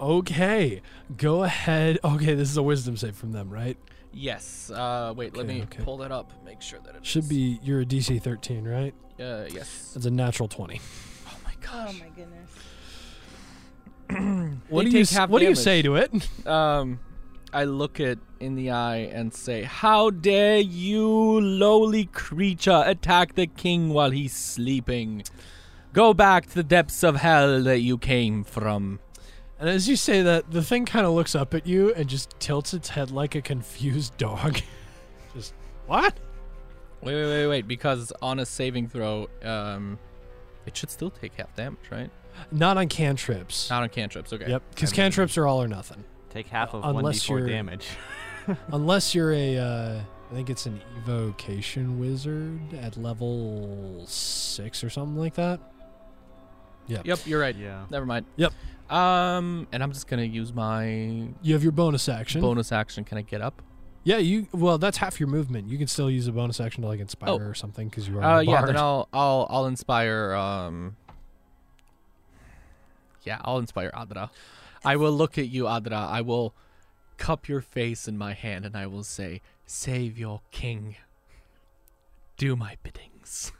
[SPEAKER 2] okay. Go ahead. Okay, this is a wisdom save from them, right?
[SPEAKER 3] Yes. Uh, wait, let
[SPEAKER 2] Okay,
[SPEAKER 3] me
[SPEAKER 2] okay.
[SPEAKER 3] pull that up. Make sure that it
[SPEAKER 2] Should
[SPEAKER 3] is-
[SPEAKER 2] be you're a DC 13, right?
[SPEAKER 3] Uh, yes.
[SPEAKER 2] That's a natural 20.
[SPEAKER 3] Oh my
[SPEAKER 4] Oh
[SPEAKER 3] gosh.
[SPEAKER 4] my goodness.
[SPEAKER 2] What
[SPEAKER 3] They
[SPEAKER 2] do you
[SPEAKER 3] take
[SPEAKER 2] s-
[SPEAKER 3] half
[SPEAKER 2] What do you
[SPEAKER 3] damage.
[SPEAKER 2] say to it?
[SPEAKER 3] Um, I look it in the eye and say, "How dare you, lowly creature, attack the king while he's sleeping? Go back to the depths of hell that you came from."
[SPEAKER 2] And as you say that, the thing kind of looks up at you and just tilts its head like a confused dog. just what?
[SPEAKER 3] Wait, wait, wait, wait. Because on a saving throw, um, it should still take half damage, right?
[SPEAKER 2] Not on cantrips.
[SPEAKER 3] Not on cantrips. Okay.
[SPEAKER 2] Yep, because
[SPEAKER 3] I mean-
[SPEAKER 2] cantrips are all or nothing.
[SPEAKER 5] Take half of
[SPEAKER 2] Unless
[SPEAKER 5] 1d4
[SPEAKER 2] you're-
[SPEAKER 5] damage.
[SPEAKER 2] Unless you're a, uh, I think it's an evocation wizard at level six or something like that.
[SPEAKER 3] Yep, you're right.
[SPEAKER 5] yeah.
[SPEAKER 3] Never mind.
[SPEAKER 2] Yep.
[SPEAKER 3] Um, and I'm just gonna use my
[SPEAKER 2] You have your bonus action.
[SPEAKER 3] bonus action. Can I get up?
[SPEAKER 2] yeah, you. Well, that's half your movement. You can still use a bonus action to like inspire
[SPEAKER 3] Oh.
[SPEAKER 2] or something because you are.
[SPEAKER 3] Uh,
[SPEAKER 2] a
[SPEAKER 3] yeah,
[SPEAKER 2] bard.
[SPEAKER 3] then I'll I'll I'll inspire. Um, yeah, I'll inspire Adra. I will look at you, Adra. I will cup your face in my hand, and I will say, "Save your king. Do my biddings."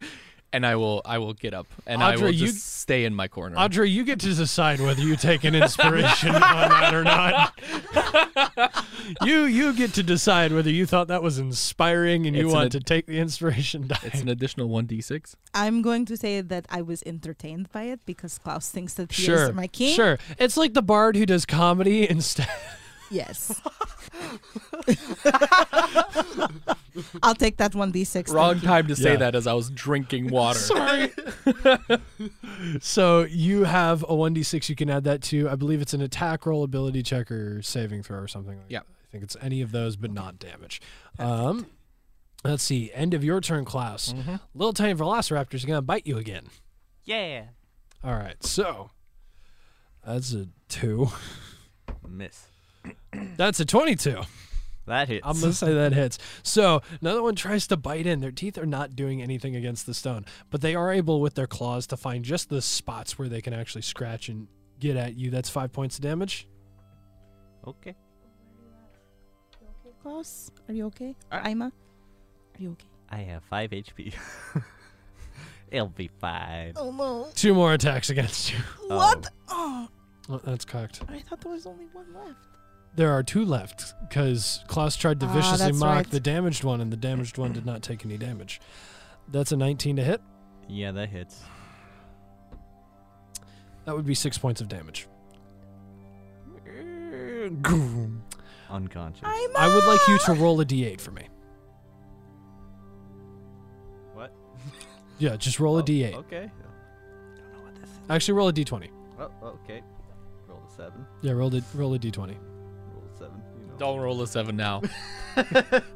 [SPEAKER 3] and I will I will get up, and I
[SPEAKER 2] Adra,
[SPEAKER 3] will
[SPEAKER 2] you-
[SPEAKER 3] just stay in my corner.
[SPEAKER 2] Audrey, you get to decide whether you take an inspiration on that or not. you you get to decide whether you thought that was inspiring and you
[SPEAKER 3] It's an
[SPEAKER 2] want
[SPEAKER 3] ad-
[SPEAKER 2] to take the inspiration die.
[SPEAKER 3] it's an additional one d six.
[SPEAKER 4] I'm going to say that I was entertained by it because Klaus thinks that he
[SPEAKER 2] sure,
[SPEAKER 4] is my king.
[SPEAKER 2] sure. It's like the bard who does comedy instead.
[SPEAKER 4] Yes. I'll take that one d6.
[SPEAKER 3] Wrong time to say
[SPEAKER 2] Yeah.
[SPEAKER 3] that as I was drinking water.
[SPEAKER 2] Sorry. so you have a one d six. You can add that to. I believe it's an attack roll, ability check, or saving throw, or something. like
[SPEAKER 3] Yeah.
[SPEAKER 2] that. I think it's any of those, but not damage. Um, let's see. End of your turn, Klaus. Little tiny velociraptors is gonna bite you again.
[SPEAKER 5] Yeah.
[SPEAKER 2] All right, so that's a two.
[SPEAKER 5] Miss.
[SPEAKER 2] That's a twenty-two.
[SPEAKER 5] That hits.
[SPEAKER 2] I'm gonna say that hits. So another one tries to bite in. Their teeth are not doing anything against the stone, but they are able with their claws to find just the spots where they can actually scratch and get at you. That's five points of damage.
[SPEAKER 5] okay.
[SPEAKER 4] Klaus, are you okay? Or Ima? Are you okay?
[SPEAKER 5] I have 5 HP. It'll be fine.
[SPEAKER 4] Oh no.
[SPEAKER 2] Two more attacks against you.
[SPEAKER 4] What? Oh,
[SPEAKER 2] Oh, that's cocked.
[SPEAKER 4] I thought there was only one left.
[SPEAKER 2] There are two left because Klaus tried to
[SPEAKER 4] Ah,
[SPEAKER 2] viciously
[SPEAKER 4] that's
[SPEAKER 2] mock
[SPEAKER 4] right.
[SPEAKER 2] the damaged one, and the damaged one did not take any damage. That's a 19 to hit.
[SPEAKER 5] Yeah, that hits.
[SPEAKER 2] That would be six points of damage.
[SPEAKER 5] Unconscious.
[SPEAKER 4] Ima!
[SPEAKER 2] I would like you to roll a d8 for me.
[SPEAKER 5] What?
[SPEAKER 2] Yeah, just roll a
[SPEAKER 5] Oh,
[SPEAKER 2] d8.
[SPEAKER 5] Okay. Don't know what this is.
[SPEAKER 2] Actually, roll a d20.
[SPEAKER 5] Well, okay. Roll a 7.
[SPEAKER 2] Yeah, roll a roll a d20.
[SPEAKER 5] Roll a 7. You know.
[SPEAKER 3] Don't roll a seven now.
[SPEAKER 5] that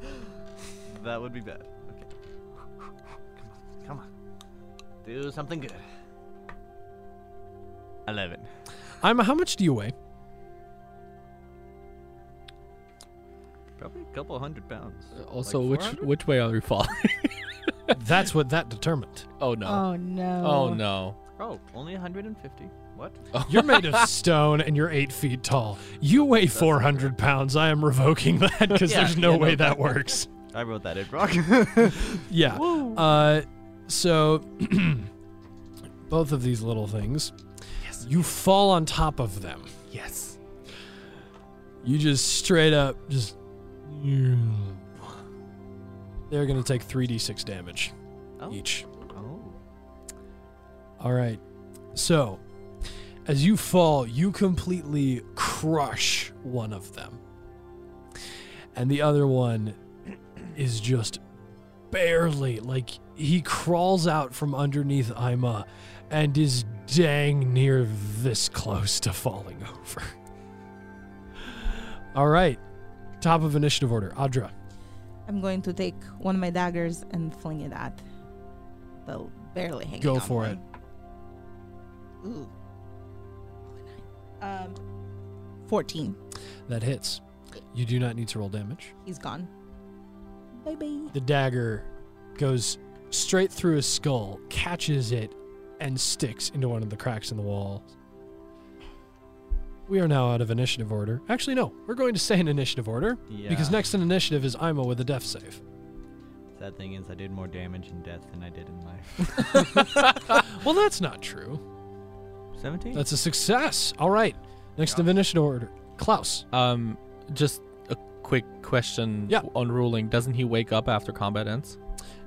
[SPEAKER 5] would be bad. Okay. Come on. Come on. Do something good. 11.
[SPEAKER 2] I'm. How much do you weigh?
[SPEAKER 5] Probably a couple hundred pounds.
[SPEAKER 2] Uh,
[SPEAKER 3] Also,
[SPEAKER 5] Like
[SPEAKER 3] which
[SPEAKER 5] 400?
[SPEAKER 3] which way are you falling?
[SPEAKER 2] That's what that determined.
[SPEAKER 3] Oh no.
[SPEAKER 4] Oh no.
[SPEAKER 3] Oh no.
[SPEAKER 5] Oh, only 150. What?
[SPEAKER 2] You're made of stone and you're eight feet tall. You weigh 400 pounds. I am revoking that because
[SPEAKER 5] Yeah,
[SPEAKER 2] there's no
[SPEAKER 5] yeah, no.
[SPEAKER 2] way that works.
[SPEAKER 5] I wrote that in rock.
[SPEAKER 2] Yeah. Uh, so, both of these little things,
[SPEAKER 3] Yes.
[SPEAKER 2] you fall on top of them.
[SPEAKER 3] Yes.
[SPEAKER 2] You just straight up just. They're going to take 3d6 damage
[SPEAKER 5] Oh.
[SPEAKER 2] each.
[SPEAKER 5] oh.
[SPEAKER 2] All right. So, as you fall, you completely crush one of them. And the other one is just barely like he crawls out from underneath Ima and is dang near this close to falling over. All right. Top of initiative order. Adra.
[SPEAKER 4] I'm going to take one of my daggers and fling it at the barely hanging.
[SPEAKER 2] Go
[SPEAKER 4] on
[SPEAKER 2] for
[SPEAKER 4] one. Ooh. Um, fourteen.
[SPEAKER 2] That hits. You do not need to roll damage.
[SPEAKER 4] He's gone. Bye bye.
[SPEAKER 2] the dagger goes straight through his skull, catches it, and sticks into one of the cracks in the wall. We are now out of initiative order. Actually, no, we're going to stay in initiative order
[SPEAKER 5] Yeah.
[SPEAKER 2] because next in initiative is Ima with a death save.
[SPEAKER 5] Sad thing is, I did more damage in death than I did in life.
[SPEAKER 2] Well, that's not true.
[SPEAKER 5] 17?
[SPEAKER 2] That's a success. All right, next in initiative order, Klaus.
[SPEAKER 3] Um, just a quick question.
[SPEAKER 2] Yeah.
[SPEAKER 3] On ruling, doesn't he wake up after combat ends?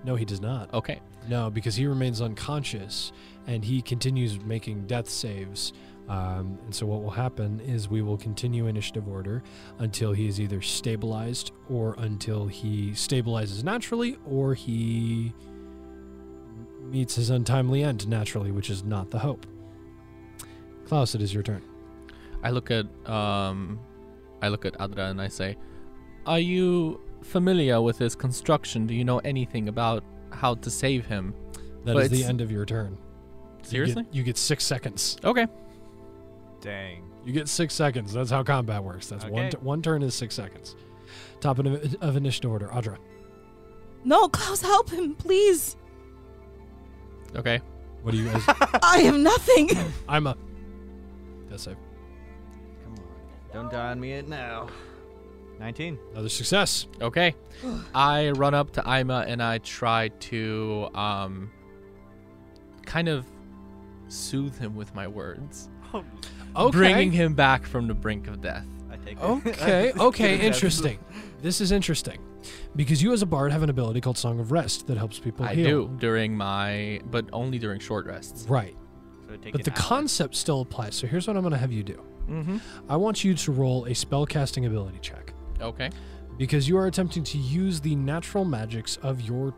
[SPEAKER 2] No, he does not.
[SPEAKER 3] Okay.
[SPEAKER 2] No, because he remains unconscious and he continues making death saves. Um, and so, what will happen is we will continue initiative order until he is either stabilized or until he stabilizes naturally or he meets his untimely end naturally, which is not the hope. Klaus, it is your turn.
[SPEAKER 3] I look at um, I look at Adra and I say, "Are you familiar with this construction? Do you know anything about how to save him?"
[SPEAKER 2] That is
[SPEAKER 3] But
[SPEAKER 2] the
[SPEAKER 3] it's-
[SPEAKER 2] end of your turn. You get-
[SPEAKER 3] Seriously?
[SPEAKER 2] you get six seconds.
[SPEAKER 3] Okay.
[SPEAKER 5] Dang.
[SPEAKER 2] You get six seconds. That's how combat works. That's one.
[SPEAKER 5] Okay.
[SPEAKER 2] T- one turn is six seconds. Top of, of initiative order, Audra.
[SPEAKER 4] No, Klaus, help him, please.
[SPEAKER 3] Okay.
[SPEAKER 2] What do you guys?
[SPEAKER 4] I am nothing.
[SPEAKER 2] I'm a. That's a
[SPEAKER 5] Come on. Don't die on me yet now. 19.
[SPEAKER 2] another success.
[SPEAKER 3] Okay. I run up to Ima and I try to um kind of soothe him with my words.
[SPEAKER 2] Okay.
[SPEAKER 3] Bringing him back from the brink of death.
[SPEAKER 5] I take it.
[SPEAKER 2] Okay. Okay. interesting. This is interesting, because you as a bard have an ability called Song of Rest that helps people
[SPEAKER 3] I
[SPEAKER 2] heal.
[SPEAKER 3] do during my but only during short rests.
[SPEAKER 2] Right.
[SPEAKER 5] So I take
[SPEAKER 2] But
[SPEAKER 5] an
[SPEAKER 2] the
[SPEAKER 5] hour.
[SPEAKER 2] concept still applies. So here's what I'm going to have you do.
[SPEAKER 3] Mm-hmm.
[SPEAKER 2] I want you to roll a spellcasting ability check.
[SPEAKER 3] Okay.
[SPEAKER 2] because you are attempting to use the natural magics of your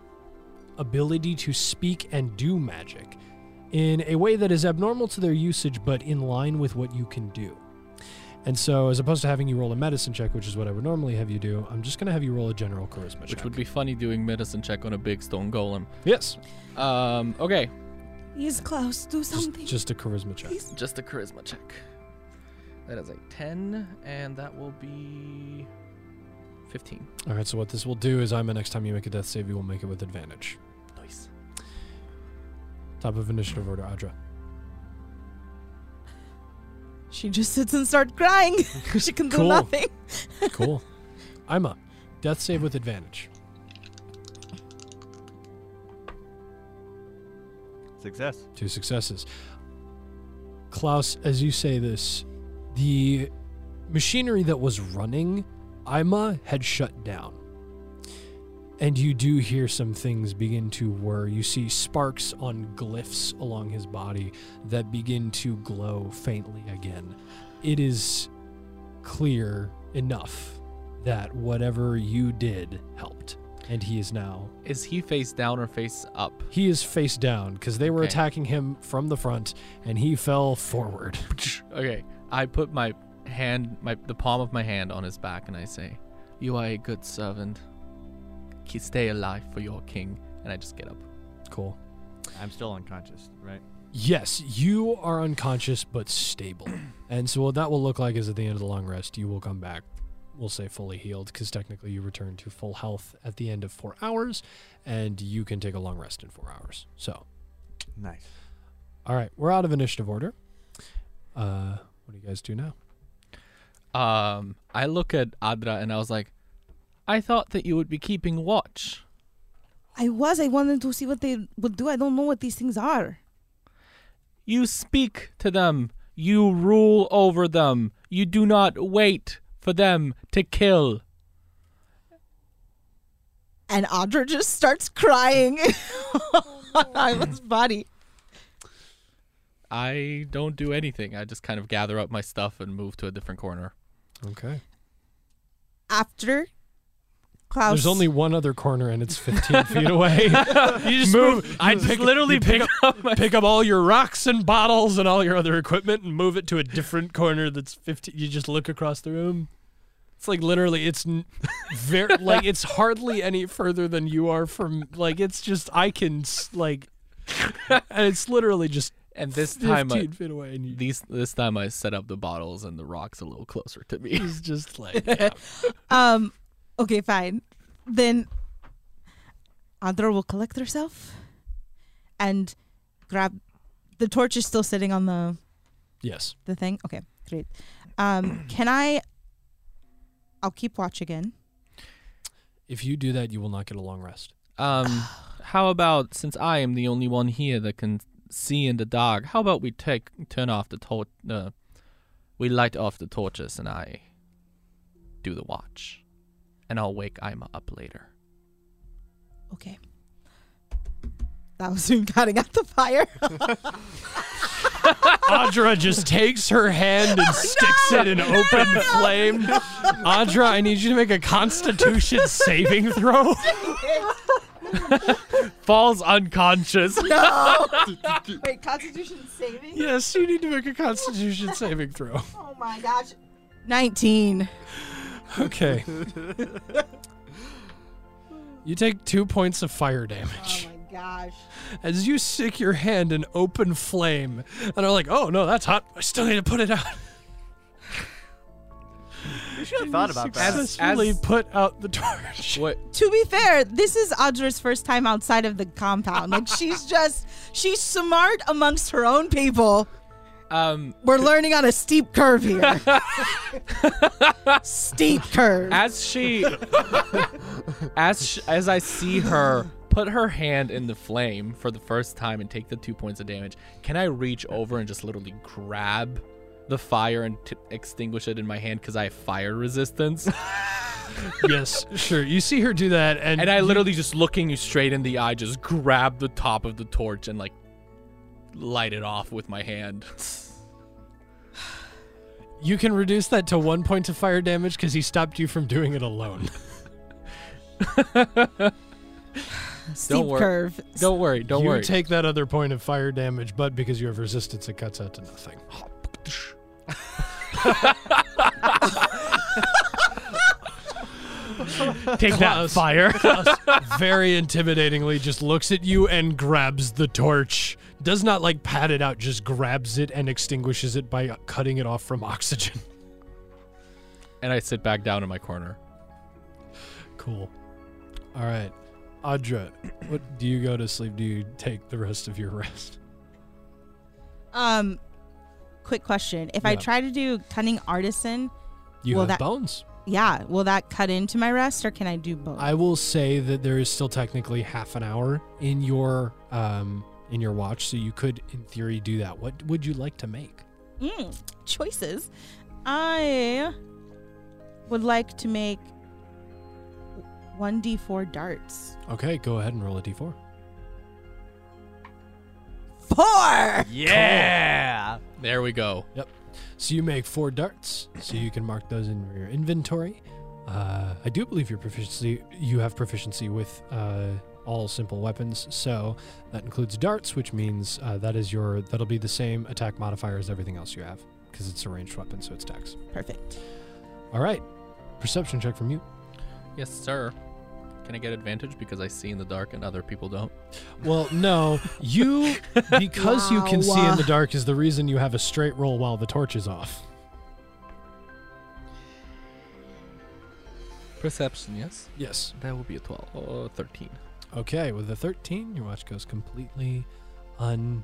[SPEAKER 2] ability to speak and do magic in a way that is abnormal to their usage but in line with what you can do. And so, as opposed to having you roll a medicine check, which is what I would normally have you do, I'm just going to have you roll a general charisma check.
[SPEAKER 3] Which would be funny doing medicine check on a big stone golem.
[SPEAKER 2] yes,
[SPEAKER 3] Um okay.
[SPEAKER 4] Please, Klaus, do
[SPEAKER 2] just,
[SPEAKER 4] something.
[SPEAKER 2] just a charisma check.
[SPEAKER 4] Please.
[SPEAKER 3] Just a charisma check. That is a 10 and that will be 15.
[SPEAKER 2] All right. So what this will do is, I'm the next time you make a death save, you will make it with advantage.
[SPEAKER 3] Nice.
[SPEAKER 2] Top of initiative order, Audra.
[SPEAKER 4] She just sits and starts crying. she can do
[SPEAKER 2] Cool.
[SPEAKER 4] nothing.
[SPEAKER 2] Cool. I'm up. Death save with advantage.
[SPEAKER 5] Success.
[SPEAKER 2] two successes. Klaus, as you say this, the machinery that was running Ima had shut down. And you do hear some things begin to whir. You see sparks on glyphs along his body that begin to glow faintly again. It is clear enough that whatever you did helped. And he is now
[SPEAKER 3] Is he face down or face up?
[SPEAKER 2] he is face down because they were
[SPEAKER 3] Okay.
[SPEAKER 2] attacking him from the front and he fell forward.
[SPEAKER 3] Okay, I put my hand, my the palm of my hand on his back, and I say, "You are a good servant. K- Stay alive for your king." And I just get up.
[SPEAKER 2] Cool.
[SPEAKER 5] I'm still unconscious, right?
[SPEAKER 2] Yes, you are unconscious but stable. and so, what that will look like is at the end of the long rest, you will come back, we'll say fully healed because technically you return to full health at the end of four hours and you can take a long rest in four hours. So,
[SPEAKER 5] Nice.
[SPEAKER 2] All right, we're out of initiative order. Uh, what do you guys do now?
[SPEAKER 3] Um, I look at Adra and I was like, I thought that you would be keeping watch.
[SPEAKER 4] I was. I wanted to see what they would do. I don't know what these things are.
[SPEAKER 3] You speak to them. You rule over them. You do not wait for them to kill.
[SPEAKER 4] And Audra just starts crying on Ivan's body.
[SPEAKER 3] I don't do anything. I just kind of gather up my stuff and move to a different corner.
[SPEAKER 2] Okay.
[SPEAKER 4] After Klaus.
[SPEAKER 2] There's only one other corner, and it's 15 feet away.
[SPEAKER 3] You just
[SPEAKER 2] move.
[SPEAKER 3] I
[SPEAKER 2] you
[SPEAKER 3] just
[SPEAKER 2] pick-
[SPEAKER 3] literally
[SPEAKER 2] you pick
[SPEAKER 3] pick up my
[SPEAKER 2] Pick up all your rocks and bottles and all your other equipment and move it to a different corner that's 15. You just look across the room. It's like literally, it's n- very like it's hardly any further than you are from. Like it's just I can s- like, and it's literally just
[SPEAKER 3] And this
[SPEAKER 2] 15
[SPEAKER 3] time, I,
[SPEAKER 2] feet away, and you,
[SPEAKER 3] these this time I set up the bottles and the rocks a little closer to me.
[SPEAKER 2] he's just like, yeah.
[SPEAKER 4] Um, okay, fine. Then Andra will collect herself and grab. The torch is still sitting on the
[SPEAKER 2] yes,
[SPEAKER 4] the thing. Okay, great. Um, can I? I'll keep watch again.
[SPEAKER 2] if you do that, you will not get a long rest.
[SPEAKER 3] Um, how about since I am the only one here that can see in the dark, how about we take turn off the torch? Uh, we light off the torches, and I do the watch, and I'll wake Ima up later.
[SPEAKER 4] Okay. That was him cutting out the fire. Oh,
[SPEAKER 2] Audra just takes her hand and sticks it in open flame. Audra, I need you to make a constitution saving throw.
[SPEAKER 3] Falls unconscious.
[SPEAKER 4] no. Wait, Constitution saving.
[SPEAKER 2] yes, you need to make a constitution saving throw.
[SPEAKER 4] Oh my gosh. Nineteen.
[SPEAKER 2] Okay. You take two points of fire damage
[SPEAKER 4] Oh my gosh.
[SPEAKER 2] as you stick your hand in open flame and are like, oh no, that's hot. I still need to put it out.
[SPEAKER 5] You should have thought about that.
[SPEAKER 2] Successfully put out the torch.
[SPEAKER 3] What?
[SPEAKER 4] To be fair, this is Audra's first time outside of the compound. Like she's just she's smart amongst her own people.
[SPEAKER 3] Um,
[SPEAKER 4] We're learning on a steep curve here. steep curve.
[SPEAKER 3] as she, as sh- as I see her put her hand in the flame for the first time and take the two points of damage, can I reach over and just literally grab the fire and t- extinguish it in my hand because I have fire resistance?
[SPEAKER 2] yes, sure. You see her do that, and,
[SPEAKER 3] and I literally just looking you straight in the eye, just grab the top of the torch and like light it off with my hand.
[SPEAKER 2] You can reduce that to one point of fire damage because he stopped you from doing it alone.
[SPEAKER 4] steep
[SPEAKER 3] worry.
[SPEAKER 4] curve.
[SPEAKER 3] Don't worry, don't
[SPEAKER 2] you
[SPEAKER 3] worry.
[SPEAKER 2] take that other point of fire damage, but because you have resistance, it cuts out to nothing.
[SPEAKER 3] take
[SPEAKER 2] Klaus.
[SPEAKER 3] fire.
[SPEAKER 2] Very intimidatingly, just looks at you and grabs the torch. Does not like pat it out, just grabs it and extinguishes it by cutting it off from oxygen.
[SPEAKER 3] and I sit back down in my corner.
[SPEAKER 2] Cool. All right, Audra, what do you go to sleep? Do you take the rest of your rest?
[SPEAKER 4] Um quick question. If I
[SPEAKER 2] Yeah.
[SPEAKER 4] try to do cunning artisan,
[SPEAKER 2] You
[SPEAKER 4] Well,
[SPEAKER 2] have
[SPEAKER 4] that-
[SPEAKER 2] bones.
[SPEAKER 4] yeah, will that cut into my rest or can I do both?
[SPEAKER 2] I will say that there is still technically half an hour in your um in your watch, so you could, in theory, do that. What would you like to make?
[SPEAKER 4] Mm, choices. I would like to make 1d4 darts.
[SPEAKER 2] Okay, go ahead and roll a d4.
[SPEAKER 4] Four!
[SPEAKER 5] yeah.
[SPEAKER 3] There we go.
[SPEAKER 2] So you make four darts, so you can mark those in your inventory. Uh, I do believe your proficiency you have proficiency with uh, all simple weapons, so that includes darts, which means uh, that is your that'll be the same attack modifier as everything else you have because it's a ranged weapon, so it's tax.
[SPEAKER 4] Perfect.
[SPEAKER 2] All right, perception check from you.
[SPEAKER 3] Yes, sir. Can I get advantage because I see in the dark and other people don't?
[SPEAKER 2] Well, no, you because you can see in
[SPEAKER 4] Wow.
[SPEAKER 2] the dark is the reason you have a straight roll while the torch is off.
[SPEAKER 3] Perception, yes.
[SPEAKER 2] Yes.
[SPEAKER 3] That will be a 12 or 13.
[SPEAKER 2] Okay, with a 13, your watch goes completely un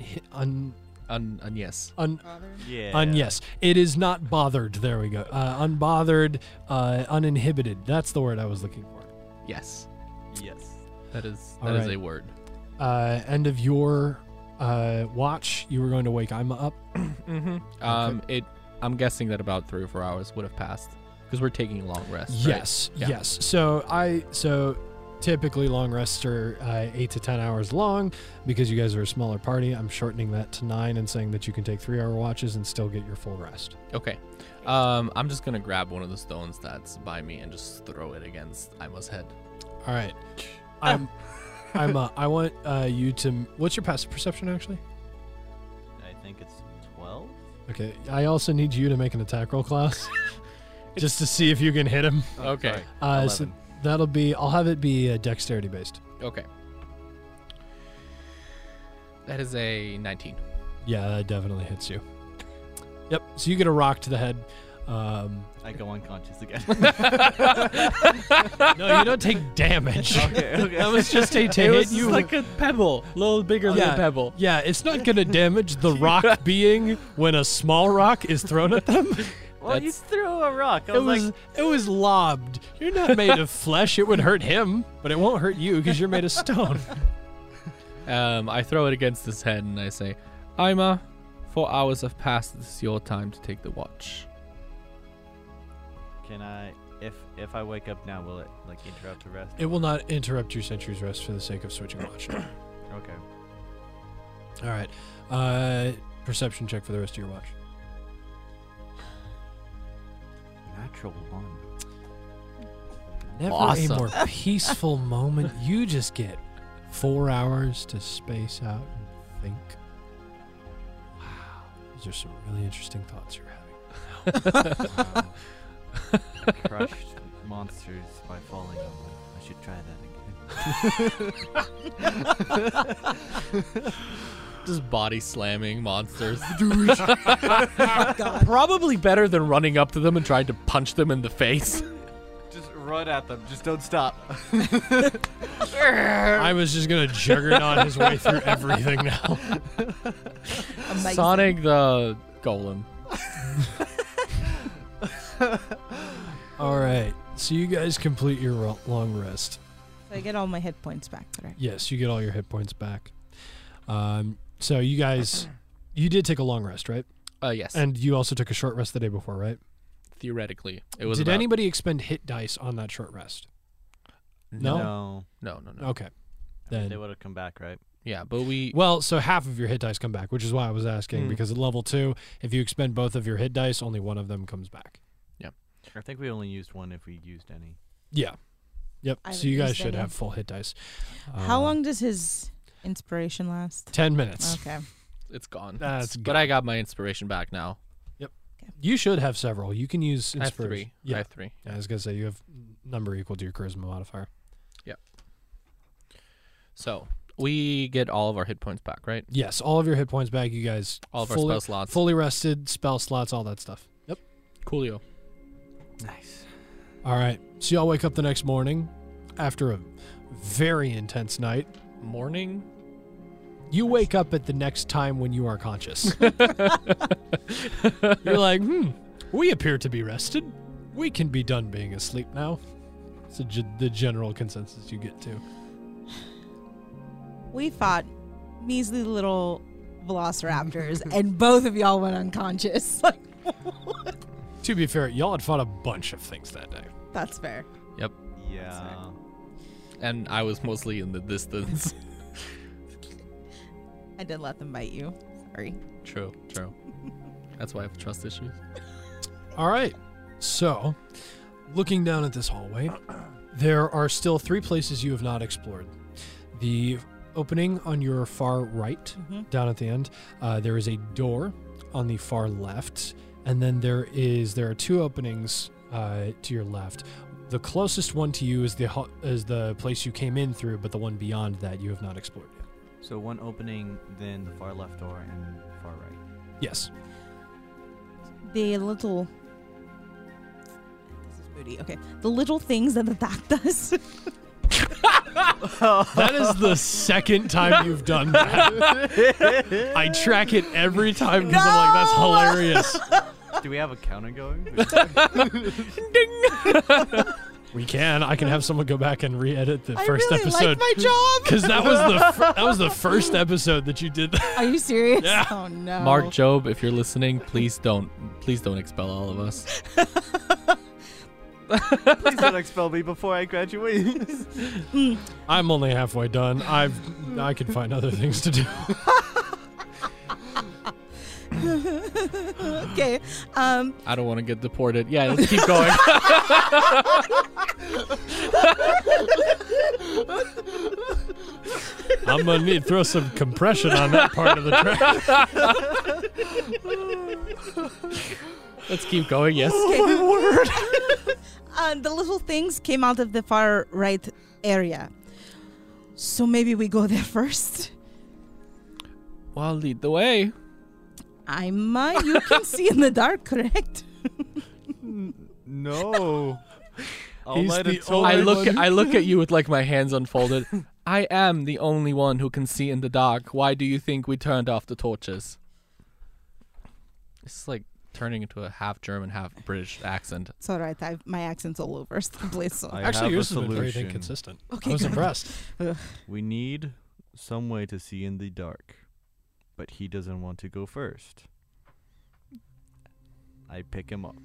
[SPEAKER 2] hi- un,
[SPEAKER 3] Un, un yes.
[SPEAKER 2] un
[SPEAKER 5] Yeah.
[SPEAKER 2] un yes it is not bothered there we go uh, unbothered uh, uninhibited that's the word i was looking for
[SPEAKER 3] Yes.
[SPEAKER 5] Yes.
[SPEAKER 3] That is
[SPEAKER 2] All
[SPEAKER 3] that is
[SPEAKER 2] right.
[SPEAKER 3] a word.
[SPEAKER 2] uh, end of your uh, watch you were going to wake ima up
[SPEAKER 3] mm-hmm. Um, it. I'm guessing that about three or four hours would have passed because we're taking a long rest. right?
[SPEAKER 2] Yes,
[SPEAKER 3] Yeah.
[SPEAKER 2] yes. So I so typically long rests are uh, eight to ten hours long because you guys are a smaller party. I'm shortening that to nine and saying that you can take three hour watches and still get your full rest.
[SPEAKER 3] Okay. Um, I'm just gonna grab one of the stones that's by me and just throw it against Ima's head.
[SPEAKER 2] All right.
[SPEAKER 3] Ah.
[SPEAKER 2] I'm. I'm. Uh, I want uh, you to. What's your passive perception actually?
[SPEAKER 5] I think it's 12.
[SPEAKER 2] Okay. I also need you to make an attack roll, Klaus, just to see if you can hit him.
[SPEAKER 3] Okay.
[SPEAKER 5] sorry.
[SPEAKER 2] Uh, so
[SPEAKER 5] 11.
[SPEAKER 2] that'll be. I'll have it be uh, dexterity based.
[SPEAKER 3] Okay. That is a 19.
[SPEAKER 2] Yeah, that definitely hits you. Yep. So you get a rock to the head. Um,
[SPEAKER 5] I go unconscious again.
[SPEAKER 2] No, you don't take damage.
[SPEAKER 5] okay, okay.
[SPEAKER 2] That was just a to
[SPEAKER 3] it
[SPEAKER 2] hit
[SPEAKER 3] was
[SPEAKER 2] you.
[SPEAKER 3] like a pebble, a little bigger
[SPEAKER 2] than a
[SPEAKER 3] than a pebble.
[SPEAKER 2] yeah, it's not gonna damage the rock being when a small rock is thrown at them.
[SPEAKER 5] well, you
[SPEAKER 3] that's-
[SPEAKER 5] threw a rock. I
[SPEAKER 2] It
[SPEAKER 5] was,
[SPEAKER 2] was
[SPEAKER 5] like,
[SPEAKER 2] it was lobbed. You're not made of flesh. It would hurt him, but it won't hurt you because you're made of stone.
[SPEAKER 3] Um, I throw it against his head and I say, Ima, four hours have passed. This is your time to take the watch.
[SPEAKER 5] can I? If if I wake up now, will it like interrupt the rest?
[SPEAKER 2] It will not interrupt your century's rest for the sake of switching watch. All
[SPEAKER 5] Okay.
[SPEAKER 2] right, uh, perception check for the rest of your watch.
[SPEAKER 5] Natural one.
[SPEAKER 2] Never
[SPEAKER 3] Awesome.
[SPEAKER 2] a more peaceful moment. You just get four hours to space out and think. Wow. Those are some really interesting thoughts you're having.
[SPEAKER 5] Crushed monsters by falling on them. I should try that
[SPEAKER 3] Just body slamming monsters. Probably better than running up to them and trying to punch them in the face.
[SPEAKER 5] again. Just run at them. Just don't stop.
[SPEAKER 2] I was just gonna juggernaut his way through everything now.
[SPEAKER 4] Amazing.
[SPEAKER 3] Sonic the Golem.
[SPEAKER 2] All right. So you guys complete your ro- long rest.
[SPEAKER 4] So I get all my hit points back, right?
[SPEAKER 2] Yes, you get all your hit points back. Um, so you guys, you did take a long rest, right?
[SPEAKER 3] Uh, yes.
[SPEAKER 2] And you also took a short rest the day before, right?
[SPEAKER 3] theoretically, it was.
[SPEAKER 2] did
[SPEAKER 3] about-
[SPEAKER 2] anybody expend hit dice on that short rest? No.
[SPEAKER 5] No.
[SPEAKER 3] No, no, no.
[SPEAKER 2] Okay.
[SPEAKER 5] I mean,
[SPEAKER 2] Then
[SPEAKER 5] they would have come back, right?
[SPEAKER 3] Yeah, but we.
[SPEAKER 2] Well, so half of your hit dice come back, which is why I was asking
[SPEAKER 3] Mm.
[SPEAKER 2] because at level two, if you expend both of your hit dice, only one of them comes back.
[SPEAKER 5] I think we only used one if we used any.
[SPEAKER 2] Yeah. Yep.
[SPEAKER 4] I
[SPEAKER 2] so
[SPEAKER 4] would
[SPEAKER 2] you guys
[SPEAKER 4] use that
[SPEAKER 2] should
[SPEAKER 4] in.
[SPEAKER 2] have full hit dice.
[SPEAKER 4] How
[SPEAKER 2] Um,
[SPEAKER 4] long does his inspiration last?
[SPEAKER 2] Ten minutes.
[SPEAKER 4] Okay.
[SPEAKER 3] It's gone.
[SPEAKER 2] That's
[SPEAKER 3] But
[SPEAKER 2] good.
[SPEAKER 3] I got my inspiration back now.
[SPEAKER 2] You should have several. You can use
[SPEAKER 3] I have
[SPEAKER 2] inspiration.
[SPEAKER 3] three.
[SPEAKER 2] Yeah.
[SPEAKER 3] I have three.
[SPEAKER 2] Yeah, I was gonna say you have number equal to your charisma modifier.
[SPEAKER 3] So we get all of our hit points back, right?
[SPEAKER 2] Yes, all of your hit points back. You guys
[SPEAKER 3] All of our
[SPEAKER 2] fully,
[SPEAKER 3] spell slots.
[SPEAKER 2] fully rested, spell slots, all that stuff. Yep.
[SPEAKER 3] Coolio.
[SPEAKER 5] Nice.
[SPEAKER 2] All right. So y'all wake up the next morning after a very intense night.
[SPEAKER 3] Morning.
[SPEAKER 2] You wake up at the next time when you are conscious. You're like, hmm, we appear to be rested. We can be done being asleep now. It's a ge- the general consensus you get to.
[SPEAKER 4] We fought measly little velociraptors, and both of y'all went unconscious. Like,
[SPEAKER 2] To be fair, y'all had fought a bunch of things that day.
[SPEAKER 4] that's fair.
[SPEAKER 5] Yeah.
[SPEAKER 3] And I was mostly in the distance.
[SPEAKER 4] I did let them bite you. Sorry.
[SPEAKER 3] true, true. That's why I have trust issues.
[SPEAKER 2] All right. So, looking down at this hallway, there are still three places you have not explored. The opening on your far right,
[SPEAKER 4] Mhm.
[SPEAKER 2] down at the end, uh, there is a door on the far left, and then there is there are two openings uh, to your left. The closest one to you is the ho- is the place you came in through, but the one beyond that you have not explored yet.
[SPEAKER 5] So one opening, then the far left door and far right.
[SPEAKER 2] Yes.
[SPEAKER 4] The little. This is booty. Okay. The little things that the back does.
[SPEAKER 2] That is the second time you've done that. I track it every time because I'm like, that's hilarious.
[SPEAKER 5] Do we have a counter going?
[SPEAKER 2] We can. I can have someone go back and re-edit the
[SPEAKER 4] I
[SPEAKER 2] first
[SPEAKER 4] really
[SPEAKER 2] episode
[SPEAKER 4] like my job.
[SPEAKER 2] because that was the fir- that was the first episode that you did that.
[SPEAKER 4] Are you serious?
[SPEAKER 2] Yeah.
[SPEAKER 4] Oh no.
[SPEAKER 3] Mark Job, if you're listening, please don't please don't expel all of us.
[SPEAKER 5] Please don't expel me before I graduate.
[SPEAKER 2] I'm only halfway done. I've I can find other things to do.
[SPEAKER 4] Okay. Um.
[SPEAKER 3] I don't want to get deported. Yeah, let's keep going.
[SPEAKER 2] I'm gonna need to throw some compression on that part of the track.
[SPEAKER 3] let's keep going. Yes.
[SPEAKER 4] Uh, the little things came out of the far right area. So maybe we go there first.
[SPEAKER 3] Well, lead the way.
[SPEAKER 4] I'm. Uh, you can see in the dark, correct?
[SPEAKER 5] no. I'll
[SPEAKER 2] He's
[SPEAKER 5] light
[SPEAKER 2] the
[SPEAKER 5] a torch.
[SPEAKER 3] I
[SPEAKER 2] only
[SPEAKER 3] look
[SPEAKER 2] one-
[SPEAKER 3] I look at you with like my hands unfolded. I am the only one who can see in the dark. Why do you think we turned off the torches? It's like turning into a half German, half British accent.
[SPEAKER 4] It's all right. I've, my accent's all over the place. so-
[SPEAKER 5] I
[SPEAKER 2] Actually,
[SPEAKER 5] have a
[SPEAKER 2] yours has been very
[SPEAKER 5] solution.
[SPEAKER 2] consistent.
[SPEAKER 4] Okay,
[SPEAKER 2] I was
[SPEAKER 4] good.
[SPEAKER 2] impressed.
[SPEAKER 5] We need some way to see in the dark, but he doesn't want to go first. I pick him up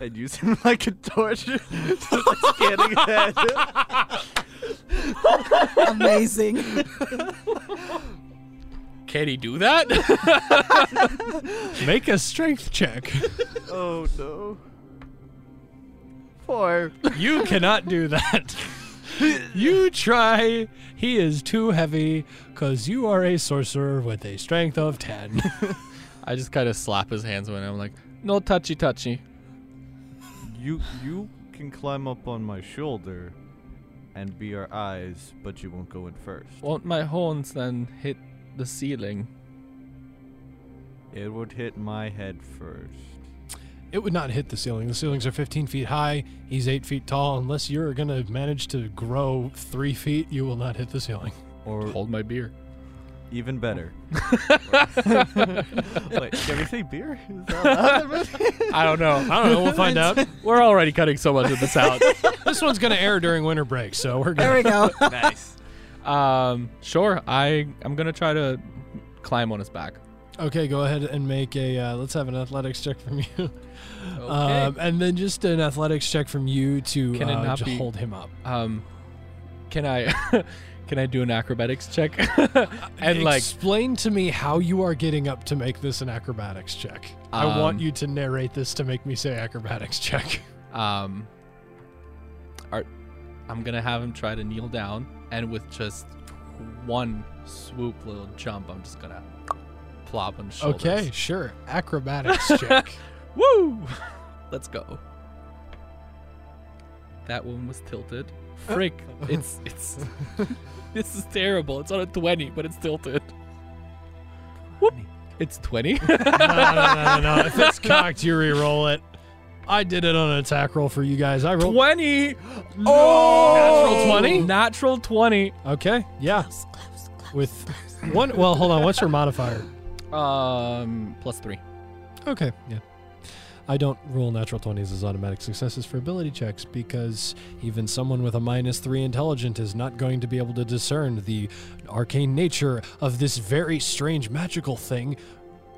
[SPEAKER 5] and use him like a torch, just like scanning his head.
[SPEAKER 4] Amazing.
[SPEAKER 3] Can he do that?
[SPEAKER 2] Make a strength check.
[SPEAKER 5] Oh no. Four.
[SPEAKER 2] You cannot do that. You try. He is too heavy because you are a sorcerer with a strength of 10.
[SPEAKER 3] I just kind of slap his hands when I'm like, no touchy touchy.
[SPEAKER 5] You you can climb up on my shoulder and be our eyes, but you won't go in first.
[SPEAKER 3] Won't my horns then hit the ceiling?
[SPEAKER 5] It would hit my head first.
[SPEAKER 2] It would not hit the ceiling. The ceilings are 15 feet high. He's 8 feet tall. Unless you're going to manage to grow 3 feet, you will not hit the ceiling.
[SPEAKER 5] Or
[SPEAKER 3] Hold my beer.
[SPEAKER 5] even better. Wait, can we say beer? Is that allowed?
[SPEAKER 3] I don't know.
[SPEAKER 2] I don't know. We'll find out.
[SPEAKER 3] We're already cutting so much of this out.
[SPEAKER 2] This one's going to air during winter break, so we're
[SPEAKER 4] there
[SPEAKER 2] going
[SPEAKER 4] we go.
[SPEAKER 5] nice.
[SPEAKER 3] Um, sure. I I'm gonna try to climb on his back.
[SPEAKER 2] to. Okay, go ahead and make a. Uh, let's have an athletics check from you.
[SPEAKER 3] Okay.
[SPEAKER 2] Um, and then just an athletics check from you to
[SPEAKER 3] Can it
[SPEAKER 2] uh,
[SPEAKER 3] not
[SPEAKER 2] j-
[SPEAKER 3] be-
[SPEAKER 2] hold him up.
[SPEAKER 3] Um, can I can I do an acrobatics check? and like,
[SPEAKER 2] explain to me how you are getting up to make this an acrobatics check. I want
[SPEAKER 3] Um,
[SPEAKER 2] you to narrate this to make me say acrobatics check.
[SPEAKER 3] um, are, I'm gonna have him try to kneel down, and with just one swoop, little jump, I'm just gonna plop on his shoulders.
[SPEAKER 2] Okay, sure. Acrobatics check.
[SPEAKER 3] Woo! Let's go. That one was tilted. Frick! it's it's. this is terrible. It's on a twenty, but it's tilted. Whoop! It's twenty.
[SPEAKER 2] no, no, no, no, no. If it's cocked, you re-roll it. I did it on an attack roll for you guys. I rolled.
[SPEAKER 3] 20. Oh!
[SPEAKER 2] Natural 20?
[SPEAKER 3] Natural 20.
[SPEAKER 2] Okay, yeah.
[SPEAKER 4] Close, close, close.
[SPEAKER 2] With one. Well, hold on. What's your modifier?
[SPEAKER 3] Um, plus 3.
[SPEAKER 2] Okay, yeah. I don't rule natural 20s as automatic successes for ability checks because even someone with a minus 3 intelligent is not going to be able to discern the arcane nature of this very strange magical thing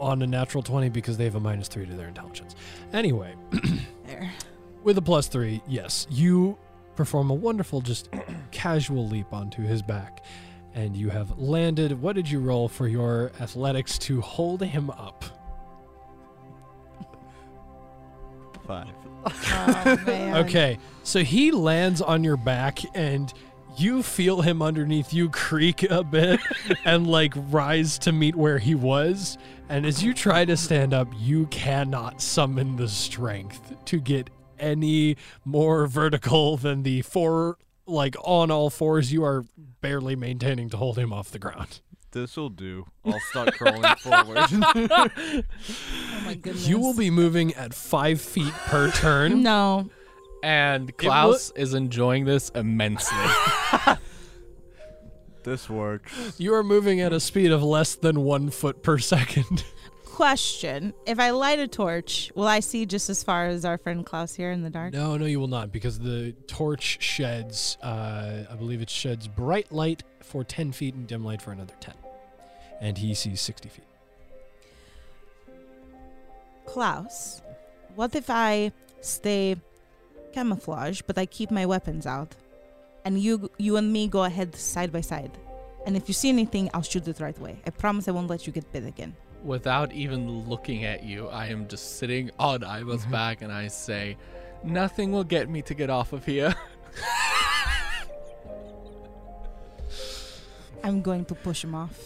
[SPEAKER 2] on a natural 20 because they have a minus 3 to their intelligence. Anyway,
[SPEAKER 4] There.
[SPEAKER 2] with a plus three, yes, you perform a wonderful, just casual leap onto his back, and you have landed. What did you roll for your athletics to hold him up?
[SPEAKER 5] Five.
[SPEAKER 4] Oh, man.
[SPEAKER 2] Okay, so he lands on your back, and you feel him underneath you creak a bit and like rise to meet where he was. And as you try to stand up, you cannot summon the strength to get any more vertical than the four, like on all fours, you are barely maintaining to hold him off the ground.
[SPEAKER 5] This'll do. I'll start crawling forward.
[SPEAKER 4] Oh my goodness.
[SPEAKER 2] You will be moving at five feet per turn.
[SPEAKER 4] No.
[SPEAKER 3] And Klaus is enjoying this immensely.
[SPEAKER 5] This works.
[SPEAKER 2] You are moving at a speed of less than one foot per second.
[SPEAKER 4] Question: If I light a torch, will I see just as far as our friend Klaus here in the dark?
[SPEAKER 2] No, no, you will not, because the torch sheds, uh, I believe it sheds bright light for 10 feet and dim light for another 10. And he sees 60 feet.
[SPEAKER 4] Klaus, what if I stay camouflaged, but I keep my weapons out, and you you and me go ahead side by side, and if you see anything, I'll shoot it right away. I promise I won't let you get bit again.
[SPEAKER 3] Without even looking at you, I am just sitting on Iva's back and I say, Nothing will get me to get off of here.
[SPEAKER 4] I'm going to push him off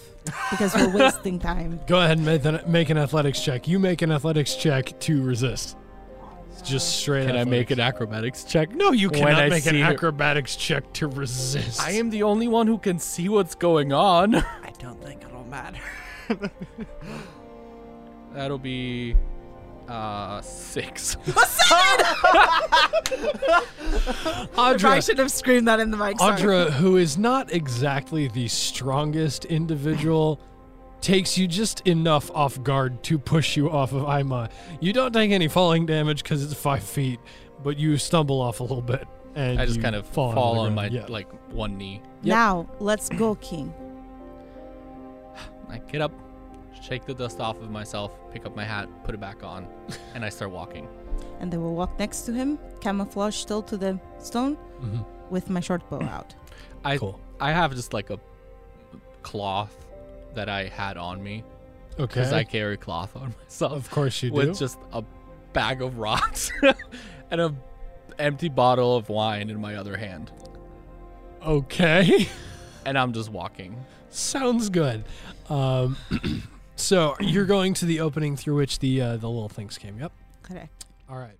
[SPEAKER 4] because we're wasting time.
[SPEAKER 2] Go ahead and make, the, make an athletics check. You make an athletics check to resist. It's just straight
[SPEAKER 3] Can I
[SPEAKER 2] athletics.
[SPEAKER 3] make an acrobatics check?
[SPEAKER 2] No, you
[SPEAKER 3] When
[SPEAKER 2] cannot
[SPEAKER 3] I
[SPEAKER 2] make an
[SPEAKER 3] see her-
[SPEAKER 2] acrobatics check to resist.
[SPEAKER 3] I am the only one who can see what's going on.
[SPEAKER 5] I don't think it'll matter.
[SPEAKER 3] That'll be uh six.
[SPEAKER 4] I
[SPEAKER 2] Audra,
[SPEAKER 4] should have screamed that in the mic. sorry.
[SPEAKER 2] Audra, who is not exactly the strongest individual, takes you just enough off guard to push you off of Ima. You don't take any falling damage because it's five feet, but you stumble off a little bit. And
[SPEAKER 3] I just
[SPEAKER 2] you
[SPEAKER 3] kind of
[SPEAKER 2] fall,
[SPEAKER 3] fall,
[SPEAKER 2] onto the
[SPEAKER 3] on
[SPEAKER 2] ground.
[SPEAKER 3] my
[SPEAKER 2] Yeah.
[SPEAKER 3] like one knee.
[SPEAKER 2] Yep.
[SPEAKER 4] Now let's go, King.
[SPEAKER 3] I get up, shake the dust off of myself, pick up my hat, put it back on, and I start walking.
[SPEAKER 4] And they will walk next to him, camouflage still to the stone,
[SPEAKER 2] Mhm.
[SPEAKER 4] with my short bow out.
[SPEAKER 3] I
[SPEAKER 2] Cool.
[SPEAKER 3] I have just like a cloth that I had on me because
[SPEAKER 2] Okay.
[SPEAKER 3] I carry cloth on myself
[SPEAKER 2] of course you do.
[SPEAKER 3] with just a bag of rocks and a empty bottle of wine in my other hand,
[SPEAKER 2] okay.
[SPEAKER 3] and I'm just walking.
[SPEAKER 2] Sounds good. Um, so you're going to the opening through which the uh, the little things came. Yep.
[SPEAKER 4] Correct.
[SPEAKER 2] All right.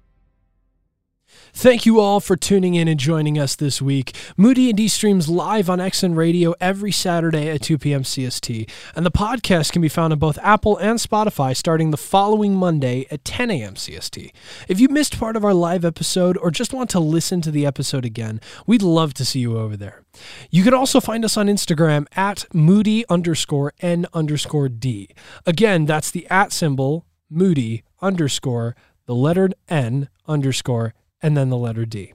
[SPEAKER 2] Thank you all for tuning in and joining us this week. Moody and D streams live on XN Radio every Saturday at 2 p.m. CST, and the podcast can be found on both Apple and Spotify starting the following Monday at 10 a.m. CST. If you missed part of our live episode or just want to listen to the episode again, we'd love to see you over there. You can also find us on Instagram at Moody underscore N underscore D. Again, that's the at symbol Moody underscore the letter N underscore and then the letter D.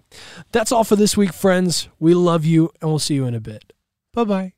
[SPEAKER 2] That's all for this week, friends. We love you and we'll see you in a bit. Bye bye.